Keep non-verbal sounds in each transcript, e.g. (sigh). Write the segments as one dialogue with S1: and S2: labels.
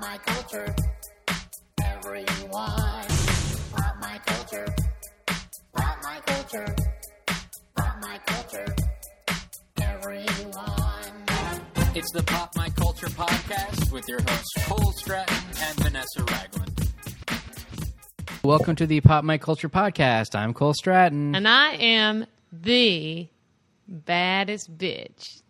S1: my culture. Everyone. Pop my culture. Pop my culture. Pop my culture. Everyone.
S2: It's the Pop My Culture Podcast with your hosts Cole Stratton and Vanessa Ragland.
S3: Welcome to the Pop My Culture Podcast. I'm Cole Stratton.
S4: And I am the baddest bitch.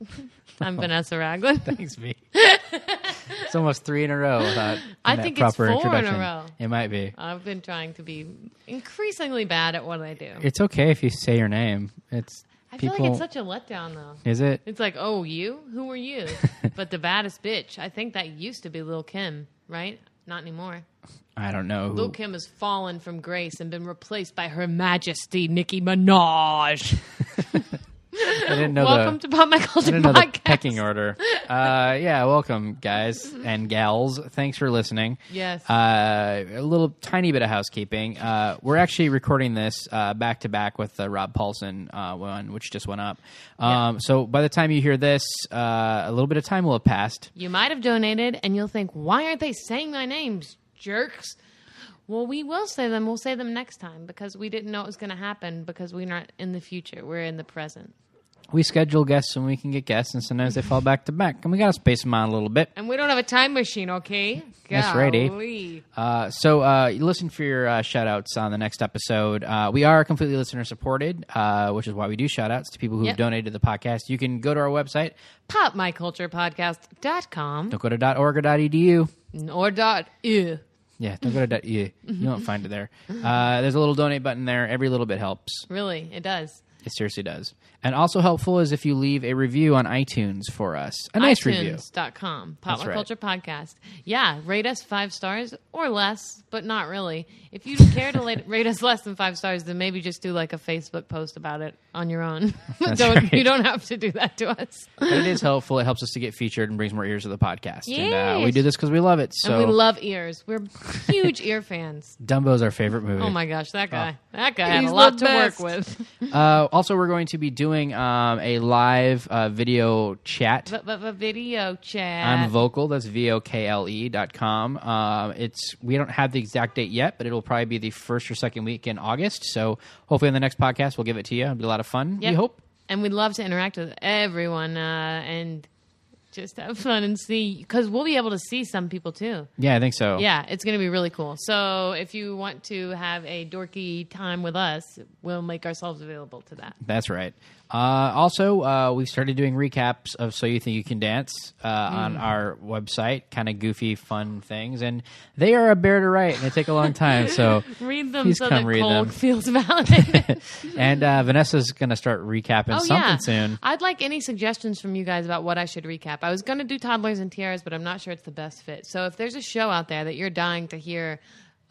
S4: (laughs) I'm Vanessa Ragland.
S3: (laughs) Thanks, V. it's almost three in a row without
S4: (laughs) I
S3: that
S4: think it's
S3: proper
S4: four in a
S3: introduction.
S4: row.
S3: It might be.
S4: I've been trying to be increasingly bad at what I do.
S3: It's okay if you say your name. It's
S4: I feel
S3: people.
S4: like it's such a letdown, though.
S3: is it?
S4: It's like, oh, you? Who
S3: (laughs)
S4: are you? but the baddest bitch. I think that used to be Lil Kim, right? Not anymore.
S3: I don't know. Who,
S4: Lil Kim has fallen from grace and been replaced by Her Majesty Nicki Minaj.
S3: I didn't know
S4: Welcome
S3: the.
S4: to Pop My
S3: I
S4: Culture
S3: didn't know the
S4: (laughs) Podcast.
S3: pecking order. Uh, yeah, welcome, guys and gals. Thanks for listening.
S4: Yes.
S3: Uh, a little tiny bit of housekeeping. Uh, we're actually recording this uh, back to back with the Rob Paulson uh, one, which just went up. Um, So by the time you hear this, uh, a little bit of time will have passed.
S4: You might have donated, and you'll think, why aren't they saying my names, jerks? Well, we will say them. We'll say them next time because we didn't know it was going to happen because we're not in the future. We're in the present.
S3: We schedule guests when we can get guests, and sometimes they fall back to back, and we got to space them out a little bit.
S4: And we don't have a time machine, okay?
S3: That's right, eh?
S4: Golly.
S3: Uh, so uh, you listen for your uh, shout outs on the next episode. Uh, we are completely listener supported, uh, which is why we do shout outs to people who've
S4: Yep.
S3: donated to the podcast. You can go to our website,
S4: PopMyCulturePodcast.com
S3: don't go to .org or .edu.
S4: or dot .ew.
S3: Yeah, don't go to .edu.
S4: (laughs) Mm-hmm.
S3: You won't find it there. Uh, there's a little donate button there. Every little bit helps.
S4: Really, it does.
S3: It seriously does. And also helpful is if you leave a review on iTunes for us. A nice review.
S4: iTunes.com, Pop
S3: That's
S4: My
S3: right.
S4: Culture Podcast. Yeah, rate us five stars or less, but not really. If you care
S3: (laughs)
S4: to la- rate us less than five stars, then maybe just do like a Facebook post about it on your own.
S3: (laughs) That's
S4: don't,
S3: right.
S4: You don't have to do that to us.
S3: But it is helpful. It helps us to get featured and brings more ears to the podcast. And uh, we
S4: Yes.
S3: do this because we love it. So
S4: and we love ears. We're huge
S3: (laughs)
S4: ear fans.
S3: Dumbo's our favorite movie.
S4: Oh my gosh, that guy. That guy had
S3: He's
S4: a lot
S3: the
S4: to work
S3: best.
S4: with.
S3: (laughs) Uh, also, we're going to be doing um, a live uh, video chat.
S4: But, but, but video chat.
S3: on vocal. That's v o k l e dot com. Um, it's we don't have the exact date yet, but it'll probably be the first or second week in August. So hopefully, on the next podcast, we'll give it to you. It'll be a lot of fun.
S4: Yep.
S3: We hope.
S4: And we'd love to interact with everyone uh, and just have fun and see, because we'll be able to see some people too.
S3: Yeah, I think so.
S4: Yeah, it's going to be really cool. So if you want to have a dorky time with us, we'll make ourselves available to that.
S3: That's right. Uh, also, uh, we've started doing recaps of So You Think You Can Dance uh,
S4: Mm.
S3: on our website, kind of goofy, fun things. And they are a bear to write, and they take a long time.
S4: (laughs)
S3: So
S4: Read them
S3: Please
S4: so
S3: come
S4: that
S3: read
S4: Cole
S3: them.
S4: (laughs)
S3: (laughs)
S4: feels validated.
S3: and uh, Vanessa's going to start recapping
S4: oh
S3: something
S4: yeah,
S3: soon.
S4: I'd like any suggestions from you guys about what I should recap. I was going to do toddlers and tiaras, but I'm not sure it's the best fit. So if there's a show out there that you're dying to hear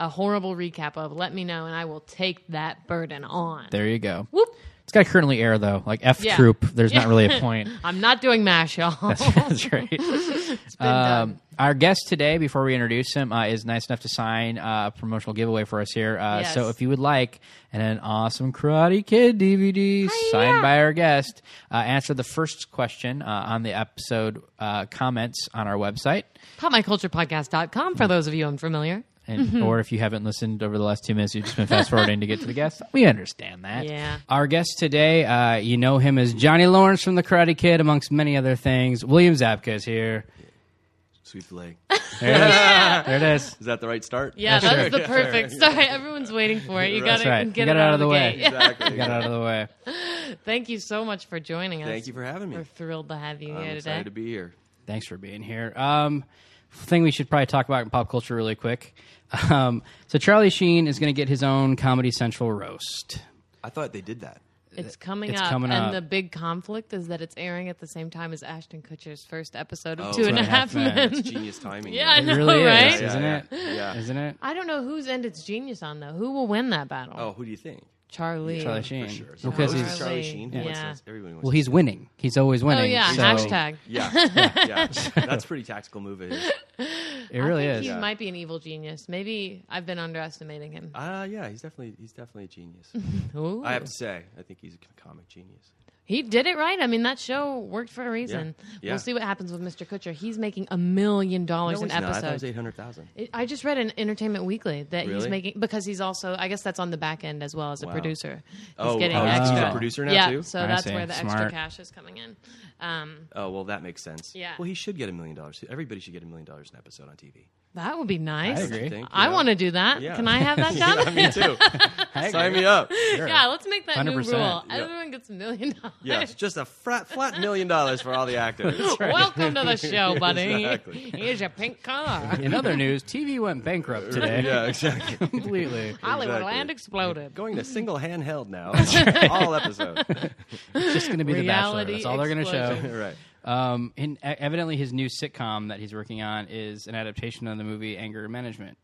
S4: a horrible recap of, let me know, and I will take that burden on.
S3: There you go.
S4: Whoop.
S3: It's got to currently air, though. Like F
S4: Yeah.
S3: Troop, there's not really a
S4: (laughs)
S3: point. (laughs)
S4: I'm not doing mash, y'all. (laughs)
S3: That's right.
S4: been done.
S3: Um, our guest today, before we introduce him, uh, is nice enough to sign uh, a promotional giveaway for us here. Uh,
S4: Yes.
S3: So if you would like an, an awesome Karate Kid DVD signed by our guest, uh, answer the first question uh, on the episode uh, comments on our website.
S4: PopMyCulturePodcast.com for those of you unfamiliar.
S3: And,
S4: Mm-hmm.
S3: Or if you haven't listened over the last two minutes, you've just been fast forwarding to get to the guest. We understand that.
S4: Yeah.
S3: Our guest today, uh, you know him as Johnny Lawrence from The Karate Kid, amongst many other things. William Zabka is here.
S5: Sweet filet.
S3: There it is. There it is.
S5: Is that the right start?
S4: Yeah, that was the perfect. Sorry, everyone's waiting for it. You got to
S3: right.
S4: get it out of the way.
S5: Exactly.
S3: Got out of the way.
S4: Thank you so much for joining us.
S5: Thank you for having me.
S4: We're thrilled to have you
S5: I'm
S4: here today.
S5: excited to be here.
S3: Thanks for being here. Um, thing we should probably talk about in pop culture really quick. Um, so Charlie Sheen is going to get his own Comedy Central
S4: (laughs)
S3: roast.
S5: I thought they did that.
S4: it's coming
S3: It's
S4: up,
S3: coming
S4: and
S3: up.
S4: the big conflict is that it's airing at the same time as Ashton Kutcher's first episode of
S5: Oh,
S4: Two and a Half Men.
S5: It's genius timing.
S4: Yeah, I
S3: It
S4: know,
S3: really
S4: right?
S3: is, isn't it?
S5: Yeah.
S3: Isn't it?
S4: (laughs) I don't know whose end it's genius on though. Who will win that battle?
S5: Oh, who do you think?
S4: Charlie.
S3: Charlie Sheen.
S5: For sure.
S3: Well,
S5: Because
S3: Because
S4: Charlie.
S5: he's
S3: he's
S5: Charlie Sheen. Who wants
S4: Yeah.
S5: this? Everyone wants
S3: well, he's winning. He's always
S4: Oh
S3: winning.
S4: yeah,
S3: so
S4: hashtag.
S5: this. Yeah.
S4: (laughs)
S5: yeah.
S3: (laughs)
S5: That's pretty tactical move. It is.
S3: It really
S4: I think
S3: is.
S4: He might be an evil genius. Maybe I've been underestimating him.
S5: Uh, yeah, he's definitely he's definitely a genius.
S4: Ooh.
S5: I have to say, I think he's a comic genius.
S4: He did it right. I mean, that show worked for a reason.
S5: Yeah.
S4: We'll see what happens with Mr. Kutcher. He's making a million dollars an
S5: no, it's not. I thought it
S4: episode.
S5: was eight hundred thousand.
S4: It- I just read in Entertainment Weekly that he's
S5: Really?
S4: making because he's also I guess that's on the back end as well as a
S5: Wow.
S4: producer. He's
S5: Oh,
S4: getting
S5: oh, he's
S4: extra.
S5: a producer now,
S4: yeah,
S5: too?
S4: so
S3: I
S4: that's
S3: see.
S4: where the extra
S3: Smart.
S4: cash is coming in. Um,
S5: Oh well, that makes sense.
S4: Yeah.
S5: Well, he should get a million dollars. Everybody should get a million dollars an episode on TV.
S4: that would be nice.
S3: I
S5: Don't you
S3: agree.
S5: think?
S4: I
S5: Yeah.
S4: want to do that.
S5: Yeah.
S4: Can I have
S5: (laughs)
S4: that (laughs) done?
S5: Me too. Sign me
S4: (laughs)
S5: up.
S4: yeah, let's make that new
S3: 100%.
S4: rule.
S5: Yeah.
S4: Everyone gets a million dollars. (laughs)
S5: Yes, just a flat, flat million dollars for all the actors.
S4: Welcome to
S5: (laughs)
S4: the show, buddy.
S5: Exactly.
S4: Here's your pink
S5: (laughs)
S4: car.
S3: In other news, TV went bankrupt today.
S5: Yeah, exactly.
S3: Completely.
S4: Hollywood
S5: Exactly.
S4: land exploded.
S5: Going to single handheld now. all episode.
S4: (laughs)
S3: It's just going to be The Bachelor.
S4: Reality
S3: That's all they're going to
S4: explosion.
S5: right.
S3: show. Um, and e- evidently, his new sitcom that he's working on is an adaptation of the movie Anger Management.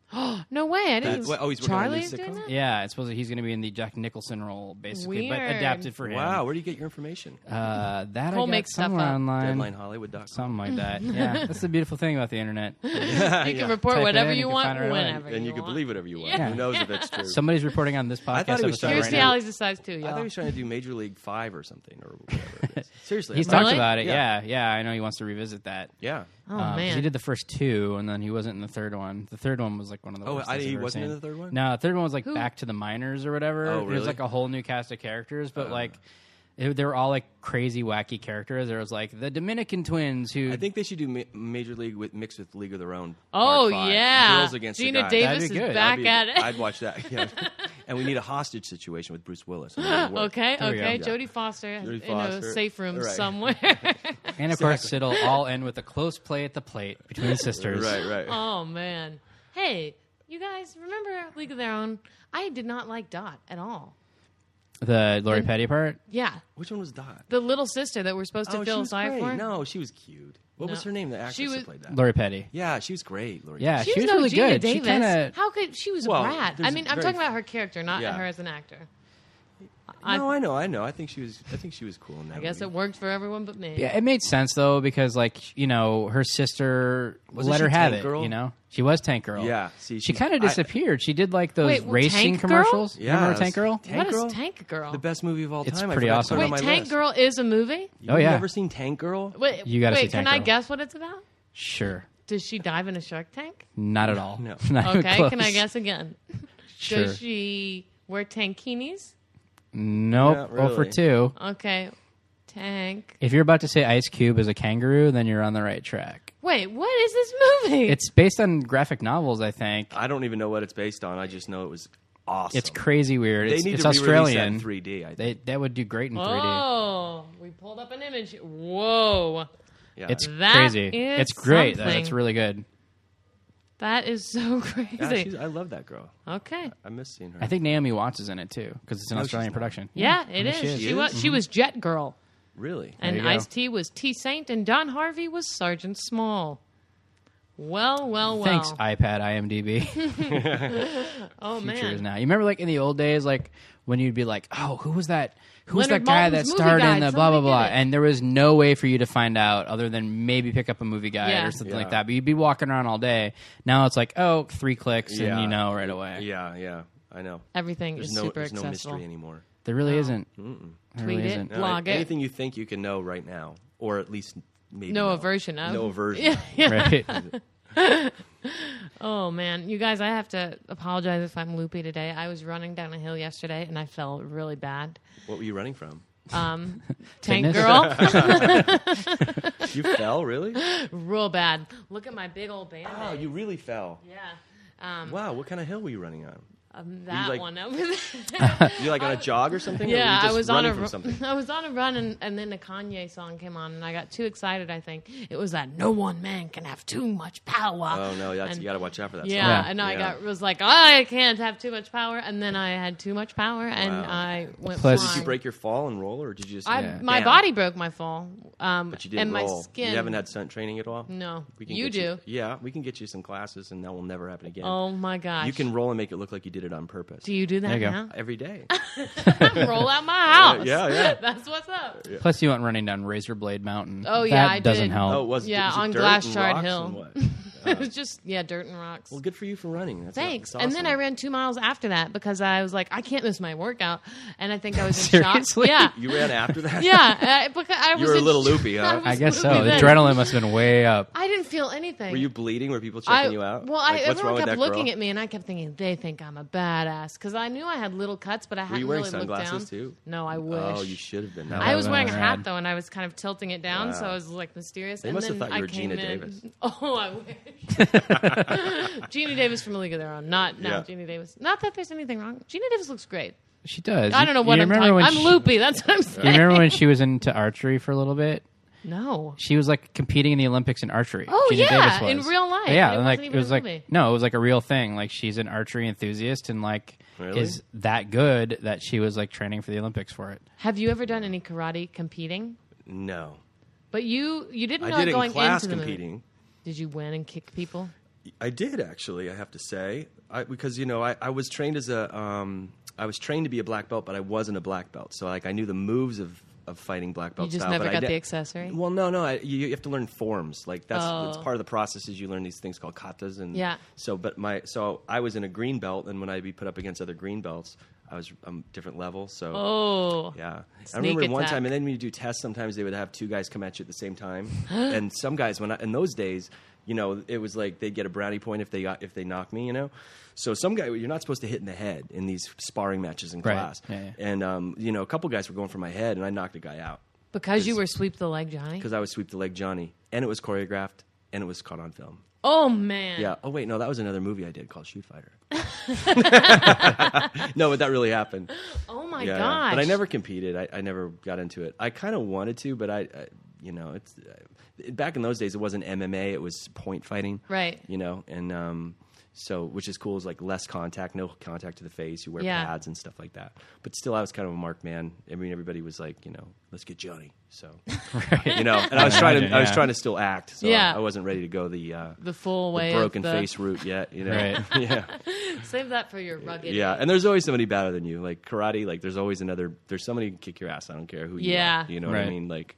S4: No way. I didn't.
S5: That's- what- oh, he's working on a new
S4: Charlie's doing
S5: sitcom?
S4: that.
S3: Yeah, it's supposed that he's going to be in the Jack Nicholson role, basically, but
S4: Weird.
S3: adapted for him.
S5: Wow, where do you get your information?
S3: Uh, that
S4: Cole
S3: I got
S4: makes stuff
S3: somewhere
S4: up.
S3: online.
S5: DeadlineHollywood.com.
S3: Something like
S4: (laughs)
S3: that. Yeah, that's the beautiful thing about the internet.
S4: You can report
S3: Type it
S4: whatever
S3: in,
S4: you
S3: you can
S4: want,
S3: find it online.
S4: whenever.
S5: And you can
S4: want.
S5: believe whatever you want.
S4: Yeah.
S5: Who knows if
S4: (laughs)
S5: it's true?
S3: Somebody's reporting on this
S5: I
S3: podcast
S5: thought he was
S3: episode
S5: trying
S3: right
S5: to
S4: Here's
S5: right
S4: the
S5: now.
S4: Alley's the size too,
S5: I thought
S4: y'all.
S5: he was trying to do Major League Five or something or whatever.
S4: (laughs)
S5: it is. Seriously,
S3: He's
S5: I'm not-
S3: talked
S4: Really?
S3: about it.
S5: Yeah.
S3: Yeah. yeah, I know he wants to revisit that.
S5: Yeah.
S4: Oh
S3: Um, 'cause
S4: man,
S3: he did the first two, and then he wasn't in the third one. The third one was like one of the
S5: Oh,
S3: worst.
S5: I-
S3: things
S5: he
S3: I've ever
S5: wasn't in
S3: seen.
S5: the third one?
S3: No, the third one was like
S4: Who-
S3: back to the miners or whatever.
S5: Oh,
S3: It was
S5: really? Uh.
S3: like a whole new cast of characters, but like. It, they were all like crazy, wacky characters. There was like the Dominican twins who
S5: I think they should do ma- Major League with mixed with League of Their Own.
S4: Oh
S5: Part Five.
S4: yeah,
S5: girls against the
S4: Gina
S5: guys.
S4: Davis
S3: That'd
S4: is
S3: be good.
S4: back
S5: That'd be-
S4: at it.
S5: I'd watch that.
S4: (laughs)
S5: Yeah. and we need a hostage situation with Bruce Willis. I mean, it would work.
S4: okay,
S3: There we go.
S4: okay.
S3: Yeah.
S4: Jodie Foster has-
S5: Jodie
S4: in a
S5: Foster.
S4: safe room
S5: Right. (laughs)
S4: somewhere.
S3: and of course it'll all end with a close play at the plate
S5: (laughs)
S3: between sisters.
S5: Right, right.
S4: oh man, hey, you guys remember League of Their Own? I did not like Dot at all.
S3: The Lori Petty part.
S4: Yeah,
S5: Which one was Dot?
S4: the little sister that we're supposed to
S5: oh, she
S4: feel
S5: was
S4: sorry
S5: great.
S4: for.
S5: No, she was cute. What was
S4: No.
S5: her name? The actress
S4: She was-
S5: who played that.
S3: Lori Petty.
S5: Yeah, she was great. Lori.
S3: Yeah,
S4: She,
S3: she
S4: was,
S3: was
S4: no
S3: really
S4: Gina
S3: good. She
S4: Davis.
S3: kinda-
S4: How could she was
S5: Well,
S4: a brat? I
S5: there's
S4: mean, I'm
S5: very-
S4: talking about her character, not
S5: Yeah.
S4: her as an actor. I,
S5: No, I know, I know. I think she was. I think she was cool in that.
S4: I guess it
S5: movie.
S4: worked for everyone but me.
S3: Yeah, it made sense though because like you know her sister
S5: Wasn't
S3: let her
S5: she
S3: have
S5: Tank
S3: it.
S5: Girl?
S3: You know she was Tank Girl.
S5: Yeah, see,
S3: she
S5: she-
S3: kind
S5: I-
S3: of disappeared. she did like those
S4: Wait, well,
S3: racing
S4: Tank Girl?
S3: commercials.
S5: Yeah,
S3: Remember
S5: it's-
S3: Tank Girl?
S5: Tank
S4: what
S5: Girl.
S4: is Tank Girl?
S5: The best movie of all
S3: It's
S5: time. I
S3: pretty
S5: forgot to
S3: awesome.
S5: put it on
S4: Wait,
S5: my
S4: Tank
S5: list.
S4: Girl is a movie.
S5: You've
S3: Oh, yeah.
S5: Never seen Tank Girl?
S4: Wait,
S3: You gotta
S4: wait.
S3: see Tank
S4: can I
S3: Girl.
S4: guess what it's about?
S3: Sure,
S4: Does she dive in a shark tank?
S3: not at all.
S5: No.
S3: (laughs) Not even
S4: Okay,
S3: close.
S4: can I guess again?
S3: (laughs) Sure.
S4: Does she wear tankinis?
S3: Nope.
S5: Not
S3: Well, for
S5: really.
S3: two.
S4: Okay, tank.
S3: If you're about to say Ice Cube is a kangaroo, then you're on the right track.
S4: Wait, what is this movie?
S3: It's based on graphic novels, I think.
S5: I don't even know what it's based on. I just know it was awesome.
S3: It's crazy weird.
S5: They
S3: it's
S5: need
S3: it's
S5: to re-release that
S3: Australian.
S5: in 3D. I think.
S3: They, that would do great in 3D.
S4: oh, we pulled up an image. Whoa,
S5: yeah.
S3: It's
S4: That
S3: crazy.
S4: is
S3: It's great. though.
S4: something.
S3: It's really good.
S4: that is so (laughs)
S5: Yeah,
S4: crazy.
S5: she's- I love that girl.
S4: okay.
S5: I miss seeing her.
S3: I think Naomi Watts is in it too because it's an
S5: No, she's
S3: Australian
S5: not.
S3: production.
S4: Yeah, it is.
S3: she
S4: She,
S3: is. Mm-hmm.
S5: She
S4: was she was Jet Girl,
S5: really.
S3: you
S4: and
S3: go.
S4: Ice T was T Saint, and Don Harvey was Sergeant Small. Well, well, well.
S3: Thanks, iPad,
S4: (laughs)
S3: IMDb
S4: oh man,
S3: features now. You remember, like in the old days, like when you'd be like, "Oh, who was that? Who was that
S4: Leonard
S3: guy
S4: Maltin's
S3: that
S4: movie
S3: starred in
S4: guide.
S3: the blah blah
S4: Somebody
S3: blah?"
S4: did it.
S3: And there was no way for you to find out other than maybe pick up a movie guide
S4: Yeah.
S3: or something
S5: Yeah.
S3: like that. But you'd be walking around all day. Now it's like, oh, three clicks and
S5: Yeah.
S3: you know right away.
S5: Yeah, yeah. I know.
S4: everything
S5: There's
S4: is
S5: no,
S4: super
S5: there's no
S4: accessible.
S5: mystery anymore.
S3: There really isn't.
S5: Mm-hmm.
S3: There
S4: Tweet
S3: really
S4: it.
S3: isn't.
S5: No,
S4: Blog it.
S5: anything you think you can know right now, or at least maybe
S4: No
S5: know.
S4: aversion of. (laughs)
S5: No aversion.
S4: Yeah, yeah.
S5: (laughs)
S3: Right?
S4: Oh man, you guys, I have to apologize if I'm loopy today. I was running down a hill yesterday and I fell really bad.
S5: What were you
S4: (laughs)
S5: running from?
S4: Um, tank
S3: Fitness?
S4: girl,
S3: (laughs)
S5: You fell, really?
S4: real bad. Look at my big old band.
S5: Wow, you really fell.
S4: yeah,
S5: Wow, what kind of hill were you running on?
S4: um, that
S5: like-
S4: one over there.
S5: You like on a jog or something? or were
S4: Yeah, I
S5: you just
S4: was on
S5: running
S4: a
S5: from something.
S4: (laughs) I was on a run, and, and then the Kanye song came on, and I got too excited. I think it was that no one man can have too much power.
S5: Oh no, that's,
S4: And-
S5: you got to watch out for that.
S4: Yeah,
S3: Yeah.
S4: and I
S5: Yeah.
S4: got was like, I can't have too much power, and then I had too much power, and
S5: Wow.
S4: I went.
S3: Plus-
S5: Did
S4: flying.
S5: you break your fall and roll, or did you just?
S4: I,
S5: Yeah.
S4: My
S5: Damn.
S4: body broke my fall, um,
S5: But you didn't
S4: and my
S5: roll.
S4: skin.
S5: You haven't had stunt training at all.
S4: No,
S5: We
S4: you
S5: get
S4: do.
S5: yeah, we can get you some classes, and that will never happen again.
S4: Oh my gosh!
S5: you can roll and make it look like you did it on purpose.
S4: Do you do that
S3: There you go.
S4: now?
S5: Every
S4: (laughs)
S5: day.
S4: Roll out my house.
S5: (laughs) Yeah, yeah.
S4: (laughs) That's what's up. (laughs)
S3: Plus, you went running down Razor Blade Mountain.
S4: Oh, yeah,
S3: That
S4: I
S3: doesn't
S4: did.
S3: help.
S5: Oh, it was
S4: Yeah,
S5: was it
S4: on
S5: dirt
S4: Glass
S5: and
S4: Shard (laughs)
S5: rocks
S4: Hill.
S5: and what?
S4: it was just yeah, dirt and rocks.
S5: Well, good for you for running. That's
S4: Thanks.
S5: That's
S4: And then I
S5: awesome.
S4: ran two miles after that because I was like, I can't miss my workout, and I think I was
S5: (laughs)
S4: in shock.
S3: Seriously?
S4: Yeah,
S5: You ran after
S4: (laughs)
S5: that.
S4: yeah. Uh, because (laughs) I was
S5: You were a
S4: in
S5: little
S4: sh-
S5: loopy, huh?
S4: was
S3: I guess so.
S4: loopy
S3: The
S4: then.
S3: adrenaline must have been way up.
S4: I didn't feel anything.
S5: Were you bleeding? Were people checking
S4: I,
S5: you out?
S4: Well,
S5: Like,
S4: I,
S5: what's wrong
S4: everyone
S5: with
S4: kept
S5: that
S4: looking
S5: girl?
S4: at me, and I kept thinking they think I'm a badass because I knew I had little cuts, but I hadn't
S5: you wearing
S4: really looked down.
S5: sunglasses, too?
S4: No, I wish.
S5: Oh, you should have been. Now
S4: I was
S3: would've
S4: wearing a
S3: been
S4: hat
S3: rad.
S4: though, and I was kind of tilting it down, so I was like mysterious. and
S5: must have
S4: then
S5: thought you
S4: I
S5: were
S4: came
S5: Gina
S4: in.
S5: Davis.
S4: (laughs) Oh, I wish. (laughs) Gina Davis from A League of Their Own. Not no,
S5: Yeah.
S4: Gina Davis. Not that there's anything wrong. Gina Davis looks great.
S3: She does.
S4: I don't know what
S3: you
S4: I'm
S3: remember
S4: talking.
S3: when
S4: I'm
S3: she-
S4: loopy. That's what I'm saying.
S3: You
S4: (laughs)
S3: remember when she was into archery for a little bit?
S4: no.
S3: She was like competing in the Olympics in archery.
S4: Oh,
S3: Gina
S4: yeah,
S3: Davis was.
S4: in real life.
S3: Yeah,
S4: It
S3: and, like
S4: wasn't
S3: it
S4: even
S3: was
S4: a
S3: like
S4: movie.
S3: no, it was like a real thing. Like she's an archery enthusiast and like
S5: Really?
S3: is that good that she was like training for the Olympics for
S4: (laughs)
S3: it.
S4: Have you ever done any karate competing?
S5: No,
S4: But you you didn't know
S5: I did
S4: going
S5: in class
S4: into the movie.
S5: competing.
S4: Did you win and kick people?
S5: I did actually. I have to say, I, because you know, I, I was trained as a, um, I was trained to be a black belt, but I wasn't a black belt. So like, I knew the moves of, of fighting black belt.
S4: You just
S5: style,
S4: never
S5: but I
S4: got
S5: di-
S4: the accessory?
S5: Well, no, no. I, you, you have to learn forms. Like that's it's
S4: Oh.
S5: part of the process. Is you learn these things called katas and
S4: Yeah.
S5: So, but my so I was in a green belt, and when I'd be put up against other green belts, I was a different level. So
S4: Oh,
S5: Yeah, I
S4: Sneak
S5: remember one
S4: attack.
S5: time, and then when you do tests, sometimes they would have two guys come at you at the same time, (gasps) and some guys when I, in those days, you know, it was like they'd get a brownie point if they got, if they knocked me, you know. So some guy you're not supposed to hit in the head in these sparring matches in
S3: Right.
S5: class,
S3: Yeah, yeah.
S5: and um, you know, a couple guys were going for my head, and I knocked a guy out
S4: because you were sweep the leg, Johnny.
S5: because I was sweep the leg Johnny, and it was choreographed and it was caught on film.
S4: Oh man.
S5: Yeah. Oh wait, no, that was another movie I did called Shoot Fighter. (laughs) no, but that really happened.
S4: Oh my
S5: Yeah, yeah.
S4: gosh.
S5: But I never competed. I, I never got into it. I kind of wanted to, but I, I you know, it's uh, back in those days. It wasn't MMA. It was point fighting.
S4: Right.
S5: You know, and um, so which is cool is like less contact, no contact to the face. You wear
S4: Yeah.
S5: pads and stuff like that. But still, I was kind of a mark man. I mean, everybody was like, you know, let's get Johnny.
S4: (laughs)
S5: So (laughs) you know, and I was trying to, I was
S3: yeah.
S5: trying to still act. So
S4: Yeah.
S5: I, I wasn't ready to go the. Uh,
S4: the full way
S5: the
S4: of
S5: broken
S4: the-
S5: face route yet, you know.
S3: Right.
S4: (laughs)
S5: (laughs) yeah.
S4: Save that for your rugged.
S5: Yeah, and there's always somebody better than you. Like karate, like there's always another. There's somebody who can kick your ass. I don't care who. you
S4: Yeah.
S5: are, you know what
S3: Right.
S5: I mean. Like,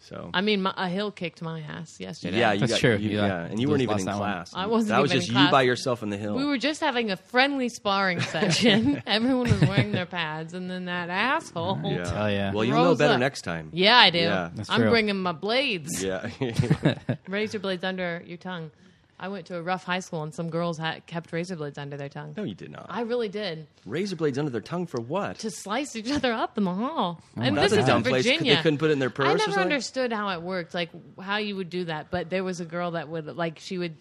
S5: so.
S4: I mean, my, a hill kicked my ass yesterday.
S5: yeah, you
S3: That's
S5: got,
S3: true.
S5: You,
S3: You, uh,
S5: yeah, and you weren't even
S3: lost
S5: in
S3: that one.
S5: class.
S4: I wasn't
S5: That was
S4: even
S5: just
S4: in
S5: you
S4: class.
S5: by yourself on the hill.
S4: We were just having a friendly sparring
S5: (laughs)
S4: session. Everyone was wearing their pads, and then that asshole.
S5: Yeah.
S3: Tell ya.
S5: Well, you'll know
S4: Rose
S5: better
S4: up.
S5: next time.
S4: Yeah, I do.
S5: Yeah.
S3: That's
S4: I'm
S3: true.
S4: bringing my blades,
S5: Yeah. (laughs)
S4: razor blades under your tongue. I went to a rough high school, and some girls had, kept razor blades under their tongue.
S5: no, you did not.
S4: I really did
S5: Razor blades under their tongue for what?
S4: to slice each other up in the hall. and
S3: Oh my
S4: this
S5: That's
S4: is
S5: a dumb
S4: in
S5: place.
S4: Virginia.
S5: They couldn't put it in their purse.
S4: I
S5: or
S4: never
S5: something?
S4: understood how it worked, like how you would do that. But there was a girl that would like she would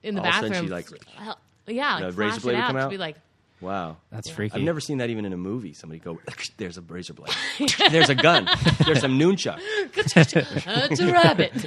S4: in the
S5: All of a sudden
S4: bathroom.
S5: she, like,
S4: f- yeah,
S5: the
S4: like,
S5: razor
S4: flash
S5: blade
S4: it
S5: would
S4: out
S5: come
S4: to
S5: out?
S4: be like,
S5: Wow.
S3: That's freaky.
S5: I've never seen that even in a movie. Somebody go, (laughs) there's a razor
S4: (laughs)
S5: blade. there's a gun. There's some nunchuck.
S4: "Uh, it's a rabbit.
S5: (laughs)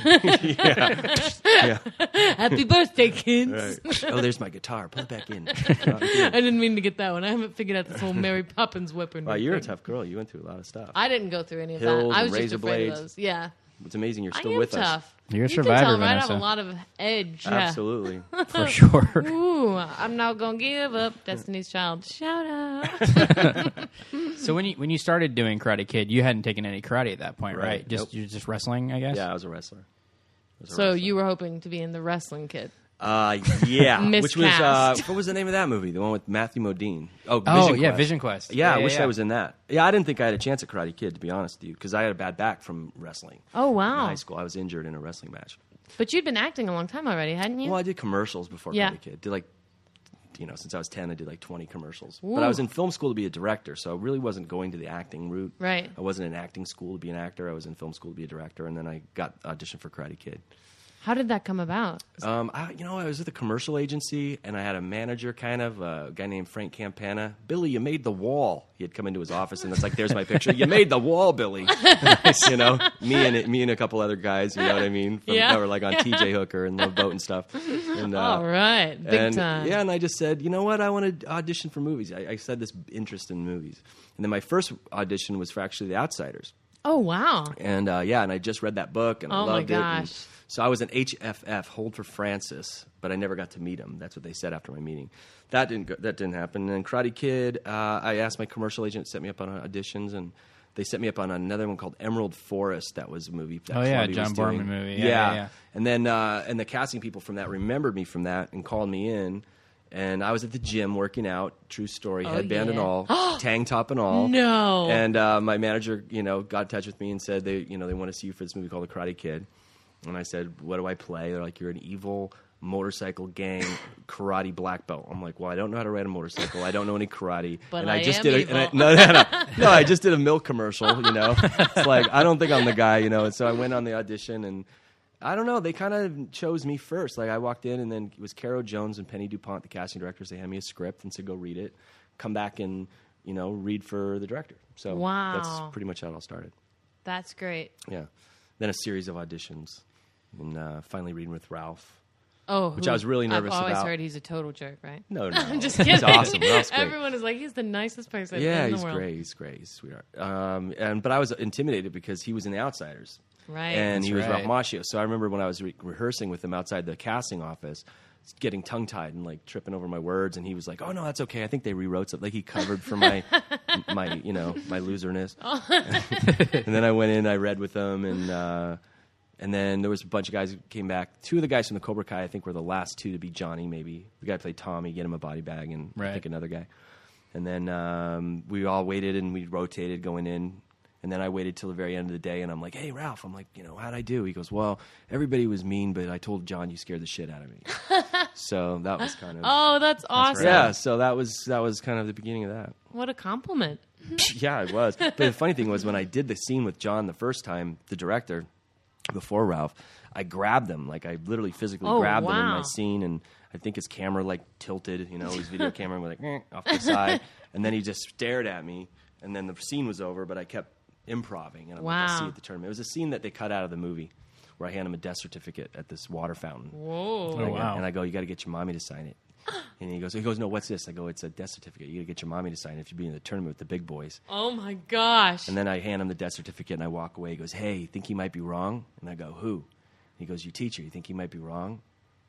S4: (laughs) Happy birthday, kids.
S5: oh, there's my guitar. Put it back in.
S4: I didn't mean to get that one. I haven't figured out this whole Mary Poppins weapon.
S5: wow,
S4: (laughs)
S5: you're a tough girl. You went through a lot of stuff.
S4: I didn't go through any of
S5: Hills
S4: that. I
S5: and
S4: was just
S5: razor
S4: afraid
S5: blades.
S4: of those. Yeah,
S5: It's amazing you're still
S4: I am
S5: with us.
S4: tough.
S3: You're a
S4: you
S3: survivor,
S4: Can tell right? I have a
S3: Vanessa.
S4: lot of edge. Yeah. (laughs)
S5: Absolutely.
S3: for sure.
S4: Ooh, I'm not gonna give up. Destiny's Child. Shout
S5: (laughs)
S4: out.
S3: so when you when you started doing Karate Kid, you hadn't taken any karate at that point, right?
S5: Right.
S3: Just
S5: Nope.
S3: you're just wrestling, I guess.
S5: yeah, I was a wrestler. I was a
S4: So
S5: wrestler.
S4: you were hoping to be in the wrestling kid.
S5: uh, yeah,
S4: (laughs)
S5: which was uh,
S4: Miscast.
S5: what was the name of that movie? The one with Matthew Modine. Oh, Vision
S3: Oh yeah,
S5: Quest.
S3: Vision Quest.
S5: Yeah, I wish I was in that. Yeah, I didn't think I had a chance at Karate Kid to be honest with you because I had a bad back from wrestling.
S4: Oh
S5: in
S4: wow!
S5: high school, I was injured in a wrestling match.
S4: But you'd been acting a long time already, hadn't you?
S5: Well, I did commercials before
S4: Yeah.
S5: Karate Kid. Did like, you know, since I was ten, I did like twenty commercials. But I was
S4: Ooh.
S5: in film school to be a director, so I really wasn't going to the acting route.
S4: Right.
S5: I wasn't in acting school to be an actor. I was in film school to be a director, and then I got auditioned for Karate Kid.
S4: How did that come about?
S5: Um, I, you know, I was with a commercial agency, and I had a manager, kind of uh, a guy named Frank Campana. Billy, you made the wall. He had come into his office, and it's like, "There's my picture. You made the wall, Billy." (laughs) you know, me and me and a couple other guys. You know what I mean? From,
S4: Yeah.
S5: That were like on TJ Hooker and Love Boat and stuff. And, uh,
S4: All right, big
S5: and,
S4: time.
S5: Yeah, and I just said, you know what? I want to audition for movies. I, I said this interest in movies, and then my first audition was for actually The Outsiders.
S4: Oh wow!
S5: And uh, yeah, and I just read that book and I
S4: Oh, my
S5: loved it. and
S4: gosh.
S5: So I was an HFF, hold for Francis, but I never got to meet him. That's what they said after my meeting. That didn't go, that didn't happen. And then Karate Kid, uh, I asked my commercial agent to set me up on auditions, and They set me up on another one called Emerald Forest. That was a movie. That
S3: Oh, yeah,
S5: Columbia
S3: John
S5: was doing.
S3: Borman movie. Yeah, yeah, yeah.
S5: And then uh, and the casting people from that remembered me from that and called me in. And I was at the gym working out, true story, headband and
S4: Oh, yeah.
S5: all, (gasps) tang top and all.
S4: No.
S5: And uh, my manager, you know, got in touch with me and said they, you know, they want to see you for this movie called The Karate Kid. And I said, "What do I play?" They're like, "You're an evil motorcycle gang karate black belt." I'm like, "Well, I don't know how to ride a motorcycle. I don't know any karate."
S4: But
S5: and
S4: I
S5: just
S4: am
S5: did a, and I, no, no, no, no. I just did a milk commercial. You know, it's like I don't think I'm the guy. You know, and so I went on the audition and. I don't know. They kind of chose me first. Like I walked in, and then it was Caro Jones and Penny Dupont, the casting directors. They handed me a script and said, "Go read it, come back and you know read for the director." So
S4: Wow.
S5: that's pretty much how it all started.
S4: That's great.
S5: Yeah. Then a series of auditions, and uh, finally reading with Ralph.
S4: Oh,
S5: Which
S4: who-
S5: I was really nervous
S4: I've always
S5: about.
S4: heard (laughs) he's a total jerk, right?
S5: No, no,
S4: I'm just kidding.
S5: He's
S4: (laughs)
S5: awesome. Ralph's great.
S4: Everyone is like, he's the nicest person
S5: yeah,
S4: in the
S5: he's
S4: world.
S5: great. He's great. He's a sweetheart. Um, and but I was intimidated because he was in Outsiders,
S4: Right.
S5: And he was
S3: That's
S5: Ralph Macchio. So I remember when I was re- rehearsing with him outside the casting office, getting tongue tied and like tripping over my words. And he was like, "Oh no, that's okay. I think they rewrote something. Like he covered for my my you know my loserness." and then I went in, I read with them, and uh, and then there was a bunch of guys who came back. Two of the guys from the Cobra Kai, I think, were the last two to be Johnny. Maybe the guy who played Tommy, get him a body bag, and I
S3: Right.
S5: think another guy. And then um, we all waited and we rotated going in. And then I waited till the very end of the day, and I'm like, "Hey, Ralph, I'm like, you know, how'd I do?" He goes, "Well, everybody was mean, but I told John you scared the shit out of me." so that was kind of
S4: Oh, that's awesome.
S5: yeah. So that was that was kind of the beginning of that.
S4: What a compliment.
S5: (laughs) Yeah, it was. But the funny thing was when I did the scene with John the first time, the director, before Ralph, I grabbed them. Like I literally physically
S4: Oh,
S5: grabbed them in
S4: wow.
S5: my scene and I think his camera like tilted, you know, his video camera was like "Eh," off to the
S4: (laughs)
S5: side. And then he just stared at me and then the scene was over, but I kept improving and I'm like, I'll see
S4: Wow.
S5: you at the tournament. It was a scene that they cut out of the movie where I hand him a death certificate at this water fountain.
S4: Whoa.
S3: Oh,
S5: I go-
S3: wow.
S5: And I go, you got to get your mommy to
S4: (gasps)
S5: sign it. And he goes, he goes, no, what's this? I go, it's a death certificate. You got to get your mommy to sign it if you're being in the tournament with the big boys.
S4: Oh my gosh.
S5: And then I hand him the death certificate and I walk away. He goes, Hey, you think he might be wrong? And I go, Who? And he goes, Your teacher, you think he might be wrong?